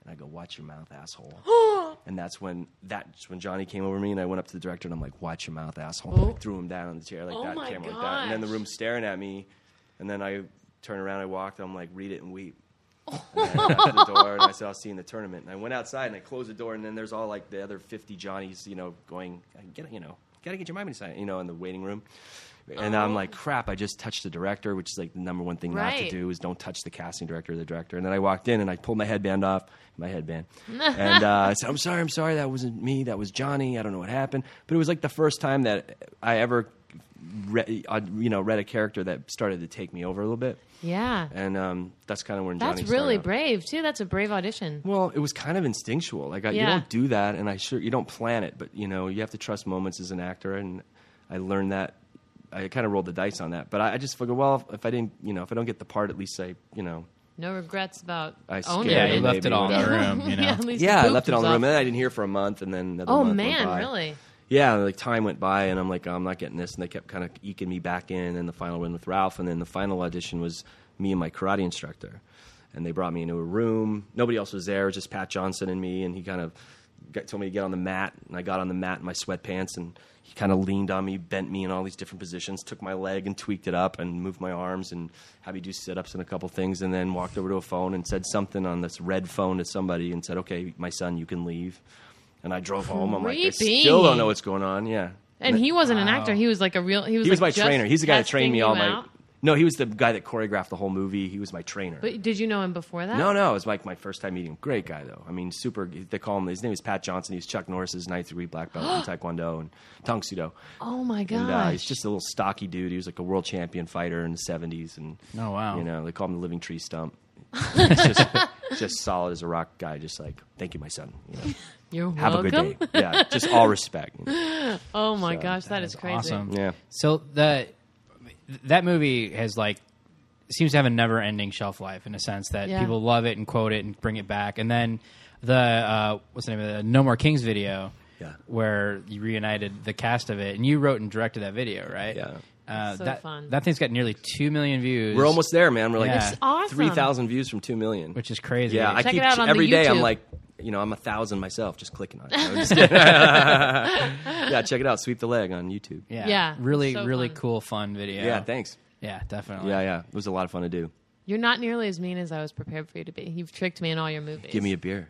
S5: And I go, Watch your mouth, asshole.
S4: (gasps)
S5: and that's when that's when Johnny came over me and I went up to the director and I'm like, Watch your mouth, asshole. And I threw him down on the chair like
S4: Oh
S5: that,
S4: my
S5: camera like that. And then the
S4: gosh.
S5: room's staring at me. And then I turn around, I walked, I'm like, read it and weep. And I went out the door
S4: (laughs)
S5: and I said, I'll see you in the tournament. And I went outside and I closed the door and then there's all like the other 50 Johnnies, you know, going, I get it, you know, gotta get your mommy to sign it, you know, in the waiting room. And I'm like, crap, I just touched the director, which is like the number one thing not to
S4: Oh. Right.
S5: do is don't touch the casting director or the director. And then I walked in and I pulled my headband off,
S4: (laughs)
S5: my headband. and uh, I said, I'm sorry, I'm sorry, that wasn't me, that was Johnny, I don't know what happened. But it was like the first time that I ever, re- I, you know, read a character that started to take me over a little bit.
S4: yeah.
S5: And um, that's kind of when
S4: That's
S5: Johnny
S4: really
S5: started out.
S4: brave, too. That's a brave audition.
S5: Well, it was kind of instinctual. Like I, you
S4: Yeah.
S5: don't do that, and I sure you don't plan it, but you know you have to trust moments as an actor, and I learned that. I kind of rolled the dice on that, but I, I just figured, well, if, I didn't, you know, if I don't get the part, at least I, you know,
S4: No regrets about
S5: I
S3: Oh,
S4: owning
S5: scared
S3: yeah,
S5: Yeah,
S3: you
S5: him.
S4: it.
S3: left it
S5: maybe
S3: all in the
S5: whatever.
S4: (laughs)
S3: room, you know.
S4: yeah, at least
S5: yeah, I
S4: he
S5: left it on the
S4: pooped
S5: room, and
S4: himself.
S5: then I didn't hear for a month, and then another
S4: Oh
S5: month went
S4: man,
S5: by.
S4: really?
S5: Yeah, like time went by, and I'm like, "Oh, I'm not getting this, and they kept kind of eking me back in. And the final win with Ralph, and then the final audition was me and my karate instructor, and they brought me into a room. Nobody else was there; it was just Pat Johnson and me. And he kind of got, told me to get on the mat, and I got on the mat in my sweatpants, and he kind of leaned on me, bent me in all these different positions, took my leg and tweaked it up, and moved my arms, and had me do sit-ups and a couple things, and then walked over to a phone and said something on this red phone to somebody, and said, "Okay, my son, you can leave." And I drove home. I'm like, I
S4: Creepy.
S5: still don't know what's going on. Yeah.
S4: And he wasn't an actor. He was like a real. He was.
S5: He was
S4: like
S5: my
S4: just
S5: trainer. He's the guy that
S4: testing
S5: trained me
S4: you
S5: all
S4: out.
S5: my. No, he was the guy that choreographed the whole movie. He was my trainer.
S4: But did you know him before that?
S5: no, no, it was like my first time meeting him. Great guy though. I mean, super. They call him. His name is Pat Johnson. He's Chuck Norris's ninth degree black belt in
S4: (gasps)
S5: Taekwondo and Tang Sudo.
S4: Oh my gosh.
S5: And uh, he's just a little stocky dude. He was like a world champion fighter in the seventies. And
S3: Oh, wow.
S5: you know they call him the living
S4: (laughs)
S5: tree stump. He's just, just solid as a rock guy. Just like, thank you, my son. You know,
S4: You're
S5: have
S4: welcome.
S5: a good day. Yeah, just
S4: (laughs)
S5: all respect.
S4: Oh my
S5: So,
S4: gosh, that is crazy.
S3: Awesome.
S5: Yeah.
S3: So the that movie has like seems to have a never ending shelf life in a sense that
S4: Yeah.
S3: people love it and quote it and bring it back. And then the uh, what's the name of the No More Kings video,
S5: Yeah.
S3: where you reunited the cast of it and you wrote and directed that video, right?
S5: Yeah.
S3: Uh,
S4: So
S3: that,
S4: fun.
S3: That thing's got nearly two million views.
S5: We're almost there, man. We're like
S3: Yeah. That's
S4: awesome.
S5: three thousand views from two million,
S3: which is crazy.
S5: yeah. I
S4: Check
S5: keep
S4: it out on the
S5: every day, I'm
S4: YouTube.
S5: like, you know, I'm a thousand myself just clicking
S4: (laughs)
S5: on it. I'm just kidding. (laughs) yeah, check it out. Sweep the leg on YouTube. Yeah,
S3: Yeah.
S4: Yeah,
S3: Really,
S4: so
S3: really
S4: fun.
S3: cool, fun video.
S5: thanks.
S3: Yeah, definitely.
S5: Yeah, yeah. It was a lot of fun to do.
S4: You're not nearly as mean as I was prepared for you to be. You've tricked me in all your movies.
S5: Give me a beer.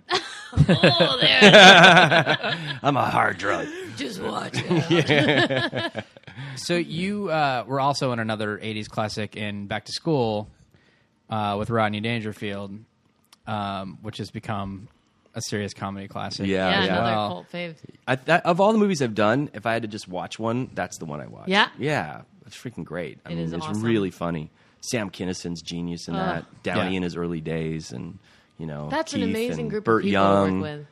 S4: oh, there.
S5: (laughs) I'm a hard drug.
S4: Just watch it.
S3: So you uh, were also in another '80s classic in Back to School uh, with Rodney Dangerfield, um, which has become a serious comedy classic.
S5: Yeah,
S4: Yeah,
S5: yeah.
S4: another
S3: Well,
S4: cult fave.
S5: I, that, of all the movies I've done, if I had to just watch one, that's the one I watched.
S4: Yeah?
S5: yeah, it's freaking great. I
S4: It
S5: mean,
S4: is
S5: it's
S4: awesome.
S5: really funny. Sam Kinnison's genius in
S4: Ugh.
S5: that. Downey
S3: Yeah.
S5: in his early days, and you know,
S4: That's
S5: Keith
S4: an amazing
S5: and
S4: group
S5: Burt
S4: of people
S5: Young,
S4: to work with.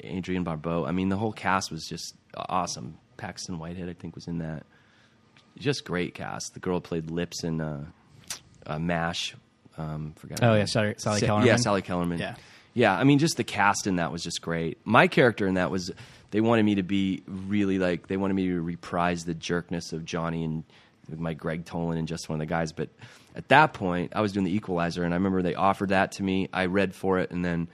S5: Adrian Barbeau. I mean, the whole cast was just awesome. Paxton Whitehead, I think, was in that. Just great cast. The girl who played Lips in uh, uh, Mash. Um, forgot. her
S3: Oh
S5: name.
S3: yeah, Sally, Sally
S5: Sa-
S3: Kellerman.
S5: Yeah, Sally Kellerman.
S3: Yeah.
S5: Yeah, I mean, just the cast in that was just great. My character in that was they wanted me to be really like they wanted me to reprise the jerkness of Johnny and my Greg Tolan and just one of the guys. But at that point, I was doing the Equalizer, and I remember they offered that to me. I read for it, and then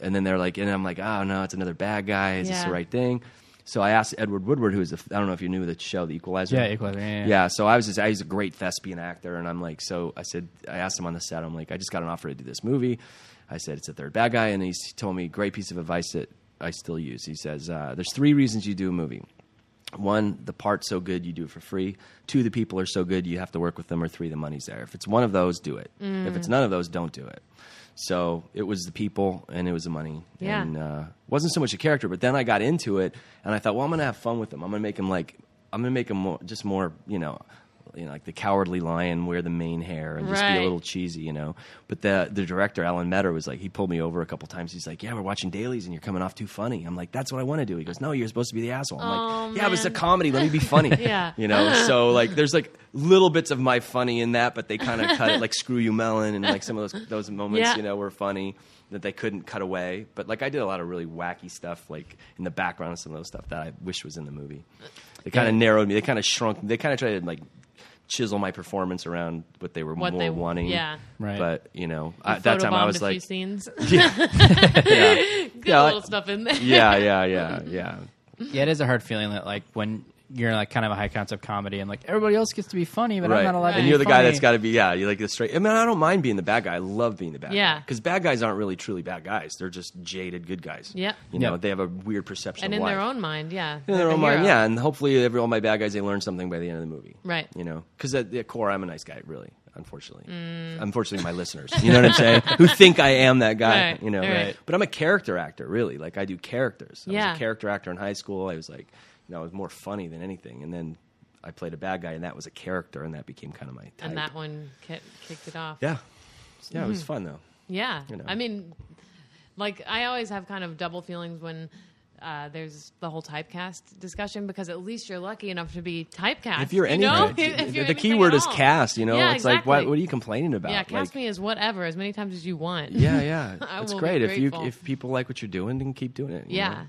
S5: and then they're like, and I'm like, oh no, it's another bad guy. Is this
S4: Yeah.
S5: the right thing? So I asked Edward Woodward, who is the, I don't know if you knew the show, The Equalizer.
S3: Yeah, Equalizer, yeah, yeah.
S5: so I was just, I was a great thespian actor, and I'm like, so I said, I asked him on the set, I'm like, I just got an offer to do this movie. I said, it's a third bad guy, and he told me a great piece of advice that I still use. He says, uh, there's three reasons you do a movie. One, the part's so good you do it for free. Two, the people are so good you have to work with them. Or three, the money's there. If it's one of those, do it. If
S4: Mm.
S5: it's none of those, don't do it. So it was the people and it was the money.
S4: Yeah.
S5: And uh, wasn't so much a character, but then I got into it and I thought, well, I'm going to have fun with him. I'm going to make him like, I'm going to make him more, just more, you know, you know, like the cowardly lion, wear the mane hair, and just be
S4: Right.
S5: a little cheesy, you know. But the the director Alan Metter was like, he pulled me over a couple times. He's like, "Yeah, we're watching dailies, and you're coming off too funny." I'm like, "That's what I want to do." He goes, "No, you're supposed to be the asshole." I'm
S4: Oh,
S5: like, "Yeah, but it's a
S4: man.
S5: comedy. Let me be funny."
S4: (laughs) Yeah.
S5: you know.
S4: (laughs)
S5: So like, there's like little bits of my funny in that, but they kind of cut it, like "Screw You, Melon," and like some of those those moments,
S4: Yeah.
S5: you know, were funny that they couldn't cut away. But like, I did a lot of really wacky stuff, like in the background of some of those stuff that I wish was in the movie. They kind of
S3: Yeah.
S5: narrowed me. They kind of shrunk. They kind of tried to like chisel my performance around what they were
S4: What
S5: more
S4: they-
S5: wanting.
S4: yeah.
S3: Right.
S5: But you know, at that time I
S4: Photobombed
S5: was
S4: a few
S5: like,
S4: scenes. (laughs)
S5: (laughs) yeah,
S4: Got a little
S5: like-
S4: stuff in there.
S5: (laughs)
S4: (laughs)
S5: yeah, yeah, yeah, yeah.
S3: Yeah, it is a hard feeling that like when you're in, like kind of a high concept comedy and like everybody else gets to be funny, but
S5: Right.
S3: I'm not allowed. to
S5: and
S3: be
S5: you're the guy
S3: funny.
S5: that's got to be, yeah, you're like the straight. I mean, I don't mind being the bad guy. I love being the bad
S4: Yeah.
S5: guy. Because bad guys aren't really truly bad guys. They're just jaded good guys.
S4: Yep.
S5: You know,
S3: Yep.
S5: they have a weird perception
S4: And
S5: of
S4: in
S5: life.
S4: their own mind, yeah.
S5: in their
S4: they're
S5: own
S4: the
S5: mind,
S4: hero.
S5: yeah. And hopefully, every all my bad guys, they learn something by the end of the movie,
S4: Right.
S5: You know, because at the core, I'm a nice guy, really. Unfortunately,
S4: Mm.
S5: unfortunately, my listeners, you know what
S4: (laughs)
S5: I'm saying, who think I am that guy,
S4: Right,
S5: you know.
S4: right.
S5: But I'm a character actor, really. Like I do characters. I
S4: Yeah.
S5: was a character actor in high school. I was like, you know, I was more funny than anything, and then I played a bad guy, and that was a character, and that became kind of my. Type.
S4: And that Mm. one ki- kicked it off.
S5: Yeah, yeah, it was fun though.
S4: Yeah.
S5: know.
S4: I mean, like, I always have kind of double feelings when uh, there's the whole typecast discussion because at least you're lucky enough to be typecast.
S5: If you're
S4: you
S5: any,
S4: know? (laughs)
S5: the-
S4: If you're
S5: the
S4: anything
S5: key word
S4: at
S5: is
S4: all.
S5: cast. You know,
S4: Yeah,
S5: it's like what,
S4: exactly.
S5: what are you complaining about?
S4: Yeah, cast
S5: Like-
S4: me as whatever, as many times as you want. (laughs)
S5: Yeah, yeah,
S4: I
S5: it's
S4: will be
S5: great if you
S4: grateful.
S5: if people like what you're doing, then keep doing it. you know?
S4: Yeah.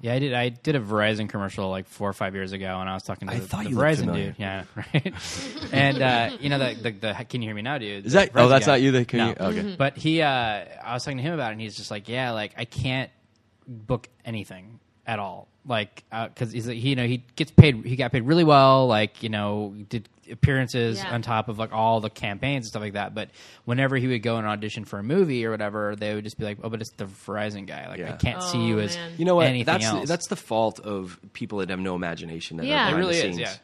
S3: Yeah, I did. I did a Verizon commercial like four or five years ago, and I was talking to
S5: I
S3: the,
S5: thought
S3: the
S5: you looked
S3: Verizon
S5: familiar.
S3: dude. Yeah, (laughs) right. and uh, you know the, the the can you hear me now, dude?
S5: Is that-
S3: The Verizon
S5: oh, that's
S3: guy.
S5: not you, the- can
S3: no.
S5: you- okay.
S3: But he, uh, I was talking to him about it, and he's just like, yeah, like I can't book anything at all, like because he's like, he, you know he gets paid, he got paid really well, like you know did appearances
S4: Yeah.
S3: on top of like all the campaigns and stuff like that. But whenever he would go and audition for a movie or whatever, they would just be like, oh, but it's the Verizon guy, like I
S5: Yeah.
S3: can't see you
S4: Oh,
S3: as
S4: man.
S5: You know what?
S3: anything
S5: that's
S3: else.
S5: that's the fault of people that have no imagination. That
S4: Yeah. It
S5: are behind the
S3: really is,
S5: scenes.
S3: yeah.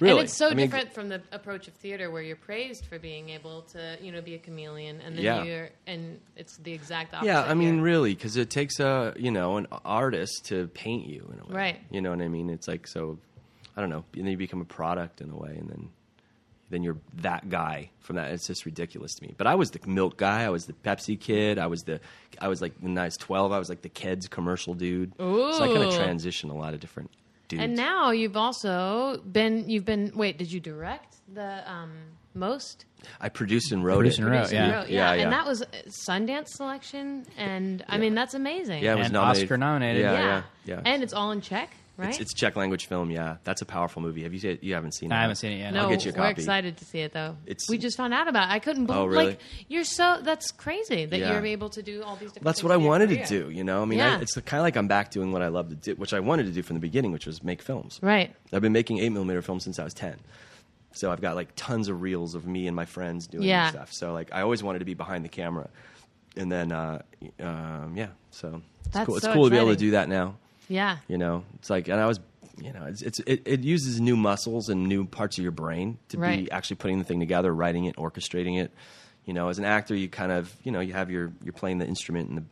S5: Really,
S4: And it's so
S5: I mean,
S4: different from the approach of theater where you're praised for being able to, you know, be a chameleon and then
S5: Yeah.
S4: you're and it's the exact opposite.
S5: Yeah, I mean,
S4: here.
S5: really, because it takes a you know an artist to paint you in a way.
S4: Right.
S5: You know what I mean? It's like so, I don't know. And then you become a product in a way, and then then you're that guy from that. It's just ridiculous to me. But I was the milk guy. I was the Pepsi kid. I was the I was like when I was twelve. I was like the Keds commercial dude. So I kind
S4: Ooh.
S5: of transitioned a lot of different dudes.
S4: And now you've also been you've been wait, did you direct the um most?
S5: I produced and wrote
S3: Produced
S5: it.
S3: and wrote,
S4: Produced and
S3: yeah.
S4: wrote,
S5: Yeah, yeah.
S4: And that was Sundance selection and I mean that's amazing.
S5: Yeah, it was
S3: And
S5: nominated.
S3: Oscar nominated.
S5: Yeah,
S4: Yeah.
S5: yeah, yeah.
S4: And it's all in check. right?
S5: It's, it's Czech language film. Yeah, that's a powerful movie. Have you seen? it? You haven't seen it?
S3: I
S5: huh?
S3: haven't seen it yet.
S4: no,
S5: I'll get you a
S4: we're
S5: copy.
S4: excited to see it though.
S5: It's-
S4: we just found out about. it. I couldn't believe.
S5: Oh, really?
S4: Like you're so. That's crazy that
S5: Yeah.
S4: you're able to do all these. different
S5: That's
S4: things
S5: what I
S4: in your
S5: wanted
S4: career.
S5: to do. You know, I mean,
S4: Yeah.
S5: I, it's kind of like I'm back doing what I love to do, which I wanted to do from the beginning, which was make films.
S4: Right.
S5: I've been making eight millimeter films since I was ten. So I've got like tons of reels of me and my friends doing
S4: Yeah.
S5: stuff. So like I always wanted to be behind the camera, and then uh, um, yeah, so it's
S4: That's
S5: cool. It's
S4: so
S5: cool to be able to
S4: exciting.
S5: do that now.
S4: Yeah.
S5: You know, it's like, and I was, you know, it's, it's it, it uses new muscles and new parts of your brain to
S4: Right.
S5: be actually putting the thing together, writing it, orchestrating it. You know, as an actor, you kind of, you know, you have your you're playing the instrument and the.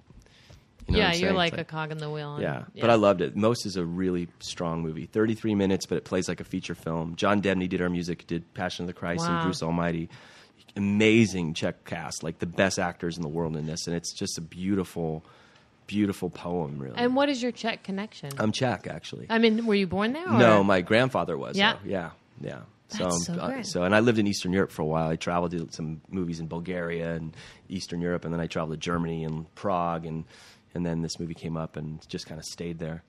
S5: You know what
S4: yeah,
S5: I'm
S4: you're
S5: saying?
S4: like,
S5: It's
S4: a cog in the wheel. and-
S5: yeah, but I loved it. Most is a really strong movie. 33 minutes, but it plays like a feature film. John Debney did our music, did Passion of the Christ
S4: Wow.
S5: and Bruce Almighty. Amazing Czech cast, like the best actors in the world in this. And it's just a beautiful, beautiful poem, really.
S4: And what is your Czech connection?
S5: I'm Czech, actually.
S4: I mean, were you born there? Or?
S5: Um, no, my grandfather was.
S4: Yeah.
S5: though. Yeah. Yeah.
S4: That's
S5: um,
S4: so
S5: uh,
S4: great.
S5: so, and I lived in Eastern Europe for a while. I traveled to some movies in Bulgaria and Eastern Europe, and then I traveled to Germany and Prague, and and then this movie came up and just kind of stayed there.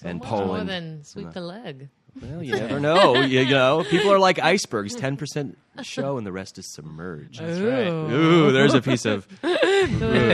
S4: So
S5: and
S4: much more
S5: Poland.
S4: than sweep the
S5: (laughs)
S4: leg.
S5: Well, you never know. You know, people are like icebergs. Ten percent show, and the rest is submerged.
S3: That's right.
S5: Ooh, there's a piece of
S4: (laughs) Melting.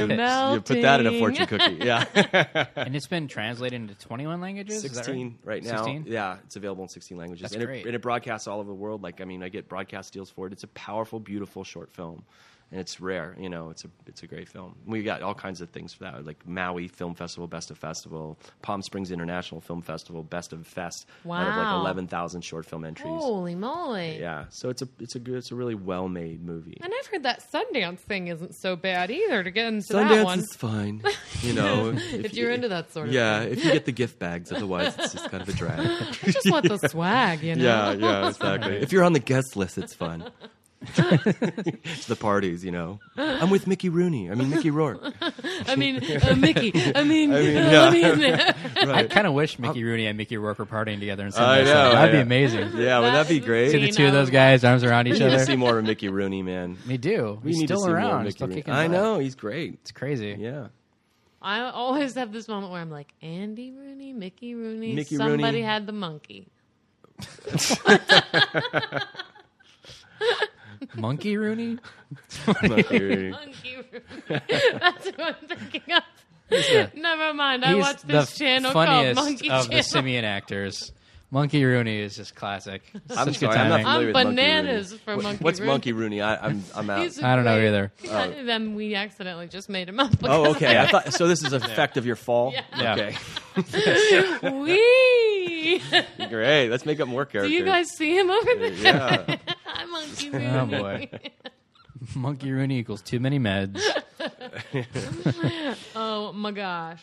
S5: you put that in a fortune cookie. Yeah,
S3: (laughs) And it's been translated into 21 languages? Is that
S5: sixteen right now.
S3: 16?
S5: Yeah, it's available in sixteen languages,
S3: That's
S5: and,
S3: great.
S5: It, and it broadcasts all over the world. Like, I mean, I get broadcast deals for it. It's a powerful, beautiful short film, and it's rare. You know, it's a it's a great film. We got all kinds of things for that, like Maui Film Festival, Best of Festival, Palm Springs International Film Festival, Best of Fest. Out of like
S4: Wow.
S5: eleven thousand short film entries.
S4: Holy moly.
S5: Yeah, so it's a it's a good it's a really well made movie.
S4: And I've heard that Sundance thing isn't so bad either to get into that
S5: Sundance
S4: one. (laughs)
S5: is fine, you know. if,
S4: If you're into that sort of
S5: yeah, if you get the gift bags, otherwise it's just kind of a
S4: (laughs)
S5: drag.
S4: I just want the
S5: (laughs)
S4: swag, you know?
S5: yeah, yeah, exactly. If you're on the guest list, it's fun. (laughs) it's the parties, you know. I'm with Mickey Rooney. I mean Mickey Rourke.
S4: I mean, uh, Mickey.
S5: (laughs)
S4: I mean, (laughs)
S5: mean,
S4: uh, let me
S5: yeah.
S4: in
S5: (laughs)
S4: there.
S3: I kind of wish Mickey Rooney and Mickey Rourke were partying together. And
S5: I know,
S3: That'd
S5: I
S3: be
S5: know.
S4: (laughs)
S3: amazing.
S5: Yeah, would that be
S4: That-
S5: great?
S3: See
S4: You
S3: the two of
S4: know.
S3: those guys, arms around
S4: (laughs)
S3: each
S5: We need to see
S3: other.
S5: more of Mickey Rooney, man.
S3: They do.
S5: We
S3: He's
S5: need
S3: still
S5: to see more of
S3: around.
S5: Mickey
S3: Still
S5: Rooney.
S3: kicking
S5: I
S3: butt.
S5: know he's great.
S3: It's crazy. (laughs)
S5: Yeah.
S4: I always have this moment where I'm like, Andy Rooney, Mickey Rooney,
S5: Mickey
S4: somebody
S5: Rooney.
S4: had the monkey.
S5: (laughs)
S3: Monkey Rooney?
S5: Mickey Rooney.
S4: Monkey Rooney.
S5: (laughs)
S4: (laughs) That's what I'm thinking of. Never mind. I
S3: He's
S4: watched this
S3: the
S4: channel called
S3: funniest
S4: Monkey
S3: of
S4: Channel.
S3: the simian actors. Monkey Rooney is just
S4: (laughs)
S3: classic.
S5: I'm
S3: Such
S5: sorry,
S3: good
S5: I'm not
S3: timing.
S4: I'm
S5: familiar with Monkey Rooney.
S4: bananas for
S5: What-
S4: Monkey
S5: What's
S4: Rooney.
S5: Monkey Rooney? I, I'm I'm out.
S4: (laughs) He's
S3: I don't know
S4: great.
S3: either.
S4: then we accidentally just made him up.
S5: Oh, okay. I thought so.
S4: (laughs)
S5: This is effect of your fall.
S3: Yeah.
S5: Okay, (laughs)
S4: Wee!
S5: great. Let's make up more
S4: Do
S5: characters.
S4: you guys see him over there?
S5: yeah,
S4: (laughs) Hi, Monkey
S3: Oh
S4: Rooney.
S3: boy. Monkey Rooney equals too many meds.
S4: (laughs) Oh my gosh.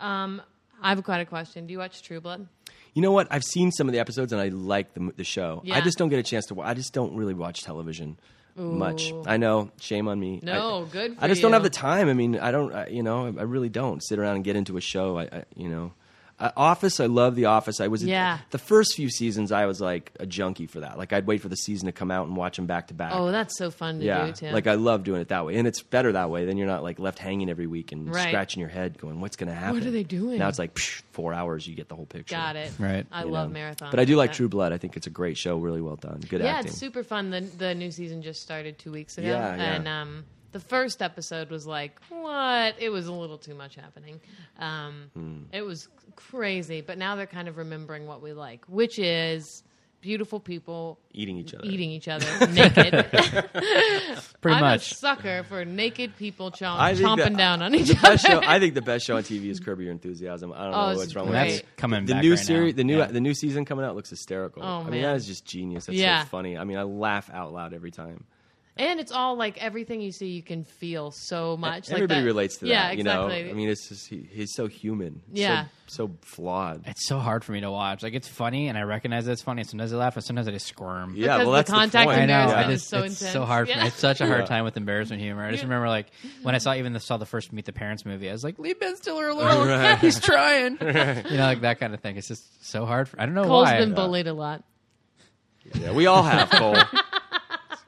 S4: Um, I've quite a question. Do you watch True Blood?
S5: you know what? I've seen some of the episodes and I like the, the show.
S4: Yeah.
S5: I just don't get a chance to. wa- I just don't really watch television much.
S4: Ooh.
S5: I know. Shame on me.
S4: No,
S5: I,
S4: good for
S5: I just don't
S4: you.
S5: have the time. I mean, I don't. I, you know, I, I really don't sit around and get into a show. I, I you know. Uh, Office, I love The Office. I was
S4: Yeah.
S5: the first few seasons. I was like a junkie for that. Like I'd wait for the season to come out and watch them back to back.
S4: Oh, that's so fun to
S5: yeah,
S4: do too.
S5: like I love doing it that way, and it's better that way. Then you're not like left hanging every week and
S4: Right.
S5: scratching your head, going, "What's going to happen?
S4: are they doing?
S5: Now it's like psh, four hours, you get the whole picture.
S4: got it.
S3: Right.
S4: I
S5: you
S4: love
S5: know?
S4: marathon.
S5: but I do like True Blood. I think it's a great show, really well done, good
S4: Yeah,
S5: acting.
S4: it's super fun. The the new season just started two weeks ago,
S5: Yeah, yeah.
S4: and um, the first episode was like, what? It was a little too much happening. Um,
S5: Hmm.
S4: It was crazy, but now they're kind of remembering what we like, which is beautiful people
S5: Eating each other.
S4: eating each other (laughs) naked.
S3: Pretty
S4: I'm
S3: much.
S4: a sucker for naked people chom-
S5: I think
S4: chomping
S5: that-
S4: down on each
S5: (laughs) The
S4: other.
S5: best show, I think the best show on
S4: (laughs)
S5: TV is Curb Your Enthusiasm. I don't
S4: Oh,
S5: know
S4: it's
S5: what's wrong
S3: And
S5: with
S3: that's
S5: that.
S3: coming
S5: The
S3: back
S5: new
S3: right now.
S5: series, the new
S3: Yeah.
S5: the new season coming out looks hysterical.
S4: Oh,
S5: I
S4: man.
S5: mean, that is just genius. That's
S4: Yeah.
S5: so funny. I mean, I laugh out loud every time.
S4: and it's all like everything you see, you can feel so much. like
S5: Everybody
S4: that-
S5: relates to
S4: yeah,
S5: that.
S4: Exactly.
S5: You know, I mean, it's just he, he's so human. so-
S4: Yeah.
S5: so flawed.
S3: it's so hard for me to watch. Like it's funny, and I recognize that it's funny. and Sometimes I laugh, and sometimes I just squirm.
S4: Because
S5: Yeah, well,
S4: the
S5: that's
S4: contact
S5: the point.
S3: I know.
S4: Embarrassment
S3: I
S4: is
S3: just,
S4: so
S3: it's so
S4: intense.
S3: hard for
S4: Yeah. Mm-hmm.
S3: me. It's such a hard
S5: Yeah.
S3: time with embarrassment humor. I just remember like when I saw even the, saw the first Meet the Parents movie, I was like, leave Ben
S5: (laughs)
S3: Stiller alone.
S5: Right.
S3: He's
S5: (laughs)
S3: trying. You know, like that kind of thing. It's just so hard. For, I don't know
S4: Cole's
S3: why.
S4: been bullied a
S5: (laughs)
S4: lot.
S5: Yeah, we all have,
S4: (laughs)
S5: Cole.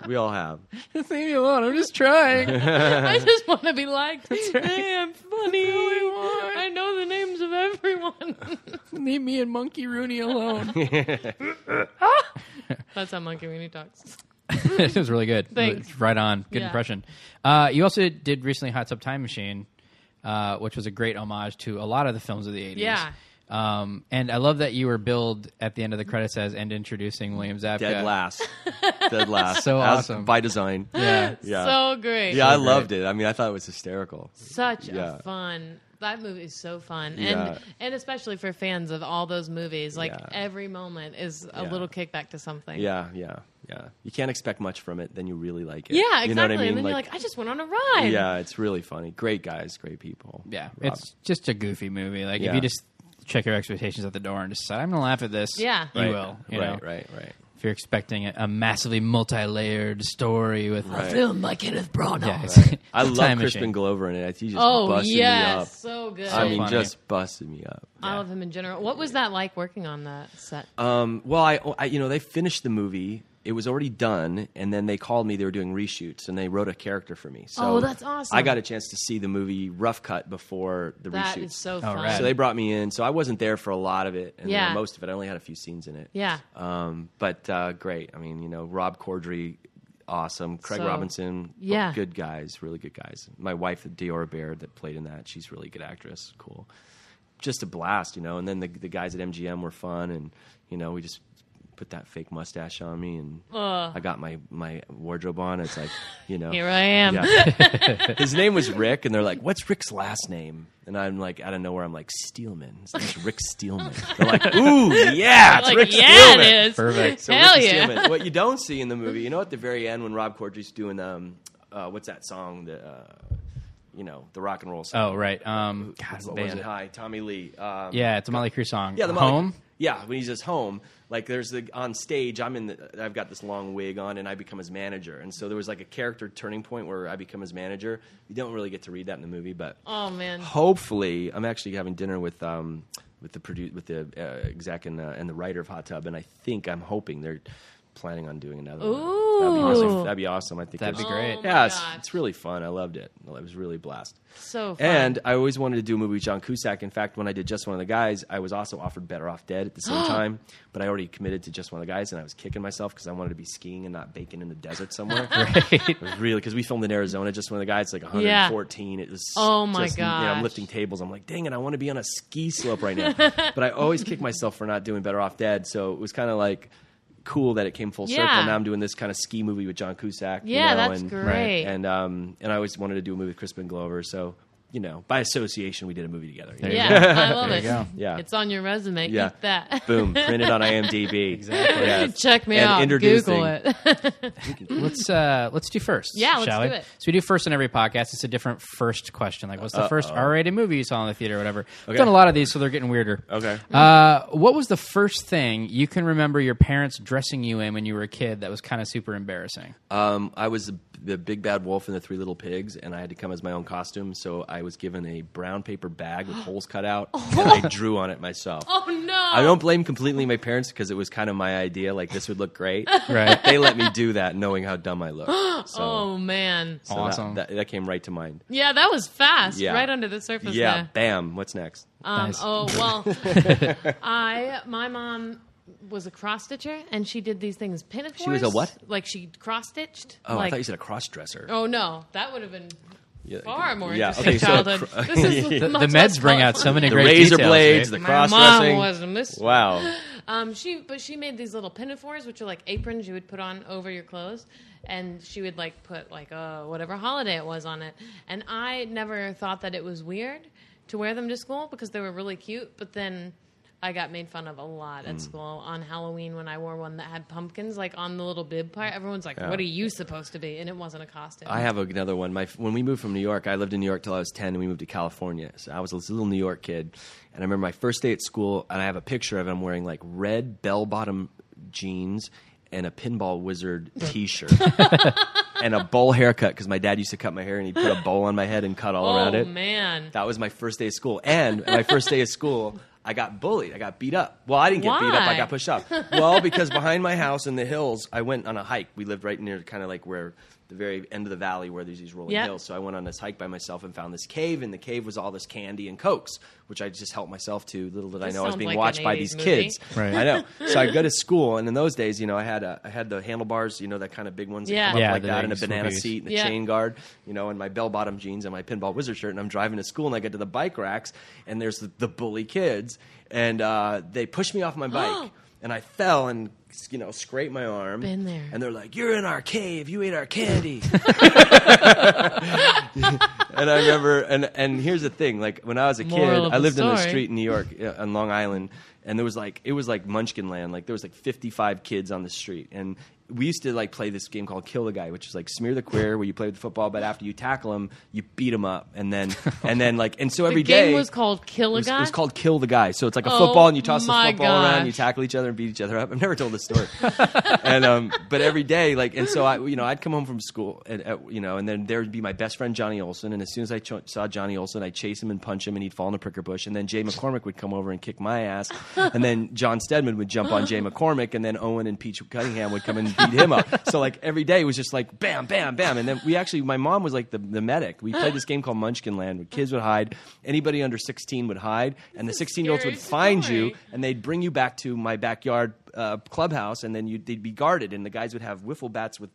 S5: we all have.
S3: Just (laughs) leave me alone. I'm just
S5: (laughs)
S3: trying.
S5: Uh-huh.
S4: I just want to be liked. Hey, I'm funny. I know the names of everyone. (laughs) one.
S3: Leave me and Monkey Rooney
S5: (laughs)
S3: alone. (laughs)
S4: That's how Monkey Rooney talks.
S3: it was really good.
S4: Thanks.
S3: Right on. Good
S4: Yeah.
S3: impression. Uh, you also did recently Hot Tub Time Machine, uh, which was a great homage to a lot of the films of the 80s.
S4: Yeah.
S3: Um, and I love that you were billed at the end of the credits as and introducing William Zabka.
S5: Dead last. Dead last.
S3: So
S5: As-
S3: awesome.
S4: (laughs)
S5: By design.
S4: (gasps)
S3: Yeah.
S5: Yeah.
S4: So great.
S5: yeah, I loved it. I mean, I thought it was hysterical.
S4: Such
S5: Yeah.
S4: a fun. That movie is so fun,
S5: Yeah.
S4: and and especially for fans of all those movies, like
S5: Yeah.
S4: every moment is a
S5: Yeah.
S4: little kickback to something.
S5: Yeah, yeah, yeah. You can't expect much from it, then you really like it.
S4: Yeah, exactly.
S5: You know what I mean?
S4: And then you're like, I just went on a ride.
S5: yeah, it's really funny. Great guys, great people.
S3: Yeah.
S5: Rob.
S3: It's just a goofy movie. Like, if
S5: Yeah.
S3: you just check your expectations at the door and decide, I'm going to laugh at this,
S4: Yeah.
S3: you
S5: right,
S3: will. You
S5: right,
S3: know?
S5: right, right.
S3: If you're expecting a, a massively multi layered story with
S5: Right.
S4: Filmed by Kenneth
S3: (laughs)
S4: Branagh.
S3: Yeah, it's-
S5: right.
S3: it's
S5: I
S3: a
S5: love
S3: time
S5: Crispin
S3: machine.
S5: Glover in it. He just
S4: Oh
S5: busted me up.
S4: yes, so good.
S5: I mean,
S3: funny.
S5: just busted me up.
S4: I love him in general. What was that like working on that set?
S5: Um, well, I, I, you know, they finished the movie. It was already done, and then they called me. They were doing reshoots, and they wrote a character for me. So
S4: Oh, that's awesome.
S5: I got a chance to see the movie rough cut before the
S4: that
S5: reshoots.
S4: is so
S3: Oh,
S4: fun.
S3: rad.
S5: So they brought me in. So I wasn't there for a lot of it, and you know,
S4: Yeah.
S5: most of it. I only had a few scenes in it.
S4: Yeah.
S5: Um, but uh, great. I mean, you know, Rob Corddry, awesome. Craig
S4: So-
S5: Robinson, b-
S4: Yeah.
S5: good guys, really good guys. My wife, Diora Baird, that played in that, she's a really good actress. Cool. Just a blast, you know. And then the the guys at MGM were fun, and you know, we just put that fake mustache on me, and I got my my wardrobe on. It's like, you know,
S4: (laughs) Here I am. (laughs)
S5: yeah. His name was Rick, and they're like, "What's Rick's last name?" And I'm like, out of nowhere, I'm like, "Steelman." His name's Rick Steelman.
S4: (laughs)
S5: They're like, "Ooh, yeah, it's
S4: like,
S5: Rick
S4: yeah,
S5: Steelman."
S4: it is.
S3: Perfect.
S5: So
S4: Hell
S5: Rick
S4: yeah.
S5: Steelman. What you don't see in the movie, you know, at the very end when Rob Corddry's doing um, uh, what's that song? The uh, you know, the rock and roll song.
S3: Oh, right. Um, God,
S5: what
S3: man.
S5: was it? Hi, Tommy Lee. Um,
S3: Yeah, it's a Molly Crew song.
S5: yeah, the Motley-
S3: Home.
S5: Yeah, when he's just home, like there's the on stage. I'm in. The, I've got this long wig on, and I become his manager. And so there was like a character turning point where I become his manager. You don't really get to read that in the movie, but
S4: (laughs) Oh
S5: (laughs)
S4: man.
S5: hopefully, I'm actually having dinner with um with the produ- with the uh, exec and uh, and the writer of Hot Tub, and I think I'm hoping they're planning on doing another. one. that'd be
S4: Ooh.
S5: awesome. That'd be awesome. I think
S3: That'd be
S5: it's-
S3: great.
S4: Oh my
S5: Yeah, it's,
S4: gosh.
S5: it's really fun. I loved it. It was really a blast.
S4: So fun.
S5: And I always wanted to do a movie with John Cusack. In fact, when I did Just One of the Guys, I was also offered Better Off Dead at
S4: (gasps)
S5: the same time, but I already committed to Just One of the Guys, and I was kicking myself because I wanted to be skiing and not baking in the
S4: (laughs)
S5: desert somewhere. It was (laughs) really because we filmed in Arizona. Just One of the Guys, like 114. It was
S4: Oh my
S5: just, you know,
S4: gosh.
S5: I'm lifting tables. I'm like, dang it, I want to be on a ski slope
S4: (laughs)
S5: right now. but I always kick myself for not doing Better Off Dead. So it was kind of like. Cool that it came full circle.
S4: Yeah.
S5: Now I'm doing this kind of ski movie with John Cusack. you
S4: Yeah,
S5: know,
S4: that's
S5: and-
S4: great.
S5: and um, and I always wanted to do a movie with Crispin Glover. So you know, by association, we did a movie together.
S3: There you
S4: yeah,
S3: go.
S5: (laughs)
S4: I love
S3: There
S4: it.
S3: you go.
S5: Yeah.
S4: It's on your resume.
S5: Yeah.
S4: Eat that. (laughs)
S5: (laughs) Boom, printed on IMDb.
S3: Exactly.
S5: Yes.
S4: Check me
S5: And
S4: out.
S5: introducing-
S4: Google it. (laughs)
S3: let's uh let's do first.
S4: Yeah, let's
S3: shall
S4: do
S3: we?
S4: it.
S3: So we do first on every podcast. It's a different first question. Like, what's the first R-rated movie you saw in the theater, or whatever? We've
S5: Okay.
S3: done a lot of these, so they're getting weirder.
S5: Okay.
S3: Uh, what was the first thing you can remember your parents dressing you in when you were a kid that was kind of super
S4: (laughs)
S3: embarrassing?
S5: Um, I was the- the big bad wolf in the Three Little Pigs, and I had to come as my own costume. So I was given a brown paper bag
S4: (gasps)
S5: with holes cut out, and I drew on it myself.
S4: Oh no.
S5: I don't blame completely my parents because it was kind of my idea. Like this would
S4: (laughs)
S5: look great.
S3: Right.
S5: They let me do that, knowing how dumb
S4: (gasps)
S5: I looked. So,
S4: Oh man.
S5: so that-
S3: Awesome.
S5: That, that came right to mind.
S4: Yeah, that was fast.
S5: Yeah.
S4: Right under the surface
S5: yeah.
S4: there.
S5: Bam. What's next?
S4: Um,
S3: Nice.
S4: (laughs)
S5: (laughs)
S4: Oh well, I my mom was a cross stitcher and she did these things pinafores.
S5: She was a what?
S4: Like she cross stitched.
S5: Oh,
S4: like,
S5: I thought you said a cross dresser.
S4: Oh no, that would have been
S5: Yeah,
S4: far more
S5: yeah,
S4: interesting
S5: okay, so
S4: childhood.
S5: cr-
S4: this
S5: (laughs)
S4: is
S3: The,
S4: much
S3: the
S4: less
S3: meds bring out
S4: fun.
S3: so many
S5: the
S3: great
S5: razor
S3: details,
S5: blades,
S3: right?
S5: the
S4: My
S5: cross
S4: mom
S5: dressing.
S4: was a miss.
S5: Wow.
S4: Um, she but she made these little pinafores, which are like aprons you would put on over your clothes, and she would like put like uh, whatever holiday it was on it. And I never thought that it was weird to wear them to school because they were really cute. But then I got made fun of a lot
S5: Mm.
S4: at school on Halloween when I wore one that had pumpkins like on the little bib part. Everyone's like, "What are you supposed to be?" And it wasn't a costume.
S5: I have another one. My when we moved from New York, I lived in New York till I was ten, and we moved to California. So I was a little New York kid, and I remember my first day at school, and I have a picture of him wearing like red bell bottom jeans and a pinball
S4: (laughs)
S5: wizard T-shirt. And a bowl haircut because my dad used to cut my hair and he put a bowl on my head and cut all
S4: oh
S5: around it.
S4: man,
S5: That was my first day of school. And my first day of school, I got bullied. I got beat up. Well, I didn't get beat up. I
S4: Why?
S5: got pushed up. well, because behind my house in the hills, I went on a hike. We lived right near kind of like where the very end of the valley where there's these rolling
S4: Yep.
S5: hills. So I went on this hike by myself and found this cave, and the cave was all this candy and cokes, which I just helped myself to. Little did I
S4: This
S5: know I was
S4: sounds
S5: being
S4: like
S5: watched
S4: an
S5: by
S4: 80s
S5: these
S4: movie.
S5: kids.
S3: Right.
S4: (laughs)
S5: I know. So I go to school, and in those days, you know, I had a, I had the handlebars, you know, that kind of big ones that
S4: Yeah.
S5: come up
S3: Yeah,
S5: like
S3: the
S5: that, and a
S3: big school
S5: banana
S3: boots.
S5: seat and a
S4: Yeah.
S5: chain guard, you know, and my bell bottom jeans and my pinball wizard shirt, and I'm driving to school, and I get to the bike racks, and there's the, the bully kids, and uh, they push
S4: (gasps)
S5: me off my bike, and I fell and you know scraped my arm.
S4: Been there.
S5: And they're like, "You're in our cave. You ate
S4: (laughs)
S5: our candy." (laughs) and I remember, and and here's the thing: like when I was a kid,
S4: Moral of
S5: I
S4: the
S5: lived in the
S4: story.
S5: street in New York uh, on Long Island, and there was like it was like Munchkin Land. Like there was like 55 kids on the street, and we used to like play this game called Kill the Guy, which is like smear the queer, where you play with the football, but after you tackle him, you beat him up, and then and then like and so
S4: The
S5: every day
S4: game was called Kill
S5: it
S4: a
S5: was, it
S4: Guy.
S5: was called Kill the Guy. So it's like a
S4: Oh,
S5: football, and you toss the
S4: my
S5: football around, you
S4: gosh.
S5: tackle each other and beat each other up. I've never told this story, and um, but every day, like, and so I, you know, I'd come home from school, and uh, you know, and then there'd be my best friend Johnny Olson, and as soon as I ch- saw Johnny Olson, I'd chase him and punch him, and he'd fall in a pricker bush, and then Jay McCormick would come over and kick my ass, and then John Stedman would jump on Jay McCormick, and then Owen and Peach Cunningham would come and beat him up. So like every day was just like bam, bam, bam, and then we actually, my mom was like the, the medic. We played this game called Munchkin Land, where kids would hide, anybody under sixteen would hide, and the
S4: is
S5: sixteen year olds
S4: scary
S5: would find you
S4: story.
S5: and they'd bring you back to my backyard uh, clubhouse, and then you'd, they'd be guarded, and the guys would have wiffle bats with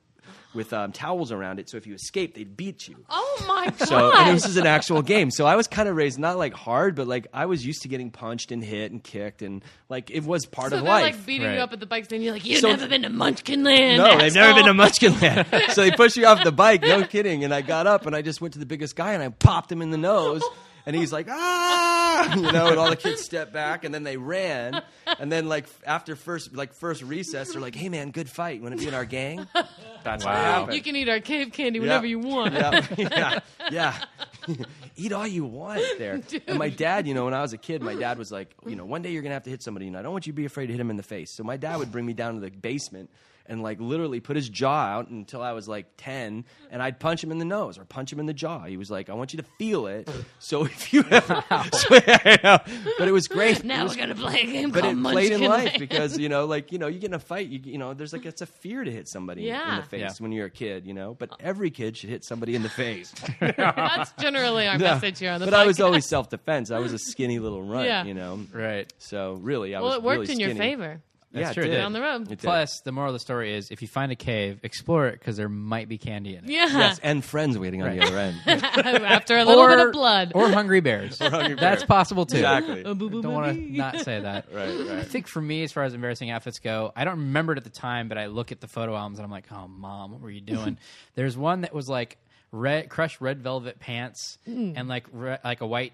S5: with um, towels around it. So if you escaped, they'd beat you.
S4: oh my god!
S5: (laughs) So and this is an actual game. So I was kind of raised not like hard, but like I was used to getting punched and hit and kicked, and like it was part
S4: so
S5: of
S4: they're
S5: life.
S4: like beating
S3: Right.
S4: you up at the bikes, and you're like, "You've
S5: So-
S4: never been to Munchkin Land."
S5: no, Oh, they've never been to
S4: asshole."
S5: Munchkin
S4: (laughs)
S5: Land. (laughs) so they pushed me off the bike, no kidding. And I got up and I just went to the biggest guy and I popped him in the nose. And he's like, ah, (laughs) you know, and all the kids stepped back and then they ran. And then, like, after first, like, first recess, they're like, hey, man, good fight. Want to be in our gang? That's wow. what happened.
S4: You can eat our cave candy
S5: Yeah.
S4: whenever you want.
S5: Yeah, (laughs) yeah, yeah. (laughs) Eat all you want there. And my dad, you know, when I was a kid, my dad was like, you know, one day you're gonna have to hit somebody, and I don't want you to be afraid to hit him in the face. So my dad would bring me down to the basement and like literally put his jaw out until I was like ten, and I'd punch him in the nose or punch him in the jaw. He was like, I want you to feel it. So if you (laughs) ever, So, I know. but it was great.
S4: Now we're gonna play a game
S5: But
S4: called
S5: it
S4: Munchkin
S5: played
S4: (laughs)
S5: in life
S4: Land.
S5: because you know, like you know, you get in a fight, you, you know, there's like it's a fear to hit somebody in
S4: Yeah. Uh,
S5: the face
S3: Yeah.
S5: when you're a kid, you know. But every kid should hit somebody in the face.
S4: That's generally our
S5: Yeah.
S4: (laughs) message here on the
S5: but I was
S4: podcast.
S5: always self defense. I was a skinny little runt,
S4: Yeah.
S5: you know.
S3: Right.
S5: So really, I
S4: well,
S5: was
S4: it worked
S5: really
S4: in your
S5: skinny.
S4: favor.
S5: Yeah,
S3: That's
S5: it
S3: true, it
S5: did.
S3: did.
S4: Down the road.
S5: It did.
S3: Plus, the moral of the story is if you find a cave, explore it because there might be candy in it.
S4: (laughs) Yeah.
S5: yes, and friends waiting on the other end.
S4: (laughs) After a little bit of blood.
S3: or hungry
S4: (laughs)
S3: bears. That's possible too.
S5: exactly.
S4: A boo-boo
S3: Don't want to
S4: baby.
S3: not say
S4: (laughs)
S3: that.
S5: Right,
S3: I
S5: right.
S3: think for me, as far as embarrassing outfits go, I don't remember it at the time, but I look at the photo albums and I'm like, "Oh, mom, what were you
S4: (laughs)
S3: doing?" There's one that was like red, crushed red velvet pants
S4: Mm.
S3: and like re- like a white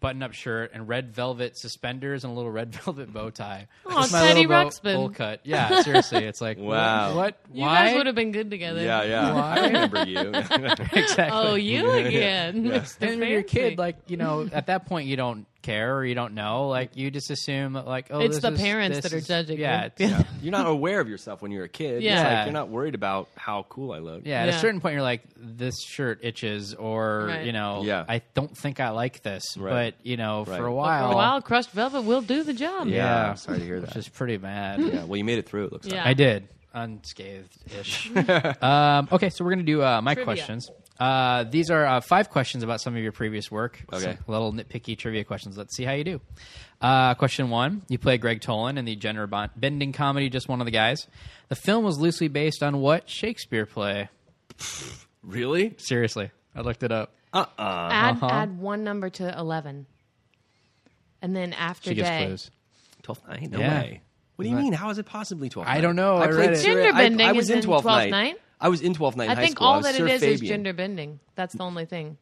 S3: button-up shirt and red velvet suspenders and a little red (laughs) velvet bow tie.
S4: Aw,
S3: Just
S4: Teddy
S3: bow-
S4: Ruxpin.
S3: bowl cut. Yeah, seriously, it's like
S5: Wow.
S3: What?
S4: You
S3: why?
S4: guys would have been good together.
S5: Yeah, yeah.
S4: (laughs)
S3: Why?
S5: I remember you. (laughs)
S3: exactly.
S4: Oh, you again. Mr.
S3: and when you're a
S4: Fancy.
S3: kid, like you know, at that point you don't care or you don't know. Like you just assume, that, like oh,
S4: It's
S3: this
S4: the
S3: is-
S4: parents
S3: this
S4: that are
S3: is-
S4: judging
S3: Yeah,
S4: you.
S3: it's-
S4: (laughs)
S3: yeah.
S5: you're not aware of yourself when you're a kid. It's
S4: Yeah.
S5: like you're not worried about how cool I look.
S3: At a
S4: Yeah.
S3: certain point, you're like, this shirt itches, or
S4: Right.
S3: you know,
S5: Yeah.
S3: I don't think I like this.
S5: Right.
S3: But you know,
S5: Right.
S3: for a
S5: But
S4: For
S3: while,
S4: a while, crushed velvet will do the job.
S5: Yeah.
S3: yeah,
S5: I'm sorry to hear
S3: which
S5: that.
S3: is pretty bad.
S5: Yeah. Well, you made it through. It looks like.
S4: Yeah.
S3: I did unscathed ish. (laughs) um, okay, so we're gonna do uh, my
S4: Trivia.
S3: questions. Uh, these are uh, five questions about some of your previous work.
S5: Okay.
S3: Some little nitpicky trivia questions. Let's see how you do. Uh, question one: You play Greg Tolan in the gender bond- bending comedy "Just One of the Guys." The film was loosely based on what Shakespeare play?
S5: Really?
S3: Seriously, I looked it up. Uh-huh.
S4: Add add one number to eleven, and then after
S3: She gets
S4: day,
S3: clues.
S5: Twelfth night? No
S3: Yeah.
S5: way. What do you mean? How is it possibly twelfth?
S3: I
S5: night?
S3: don't know. I
S5: played
S3: read it.
S5: Syria-
S4: Gender
S5: I-
S4: bending
S5: I, was
S4: is
S5: in
S4: in
S5: Twelfth
S4: 12th
S5: Night.
S4: Night?
S5: I was in Twelfth Night in
S4: I
S5: high
S4: think
S5: school. I
S4: all
S5: was
S4: that
S5: Sir
S4: it is is
S5: Fabian.
S4: gender bending. That's the only thing.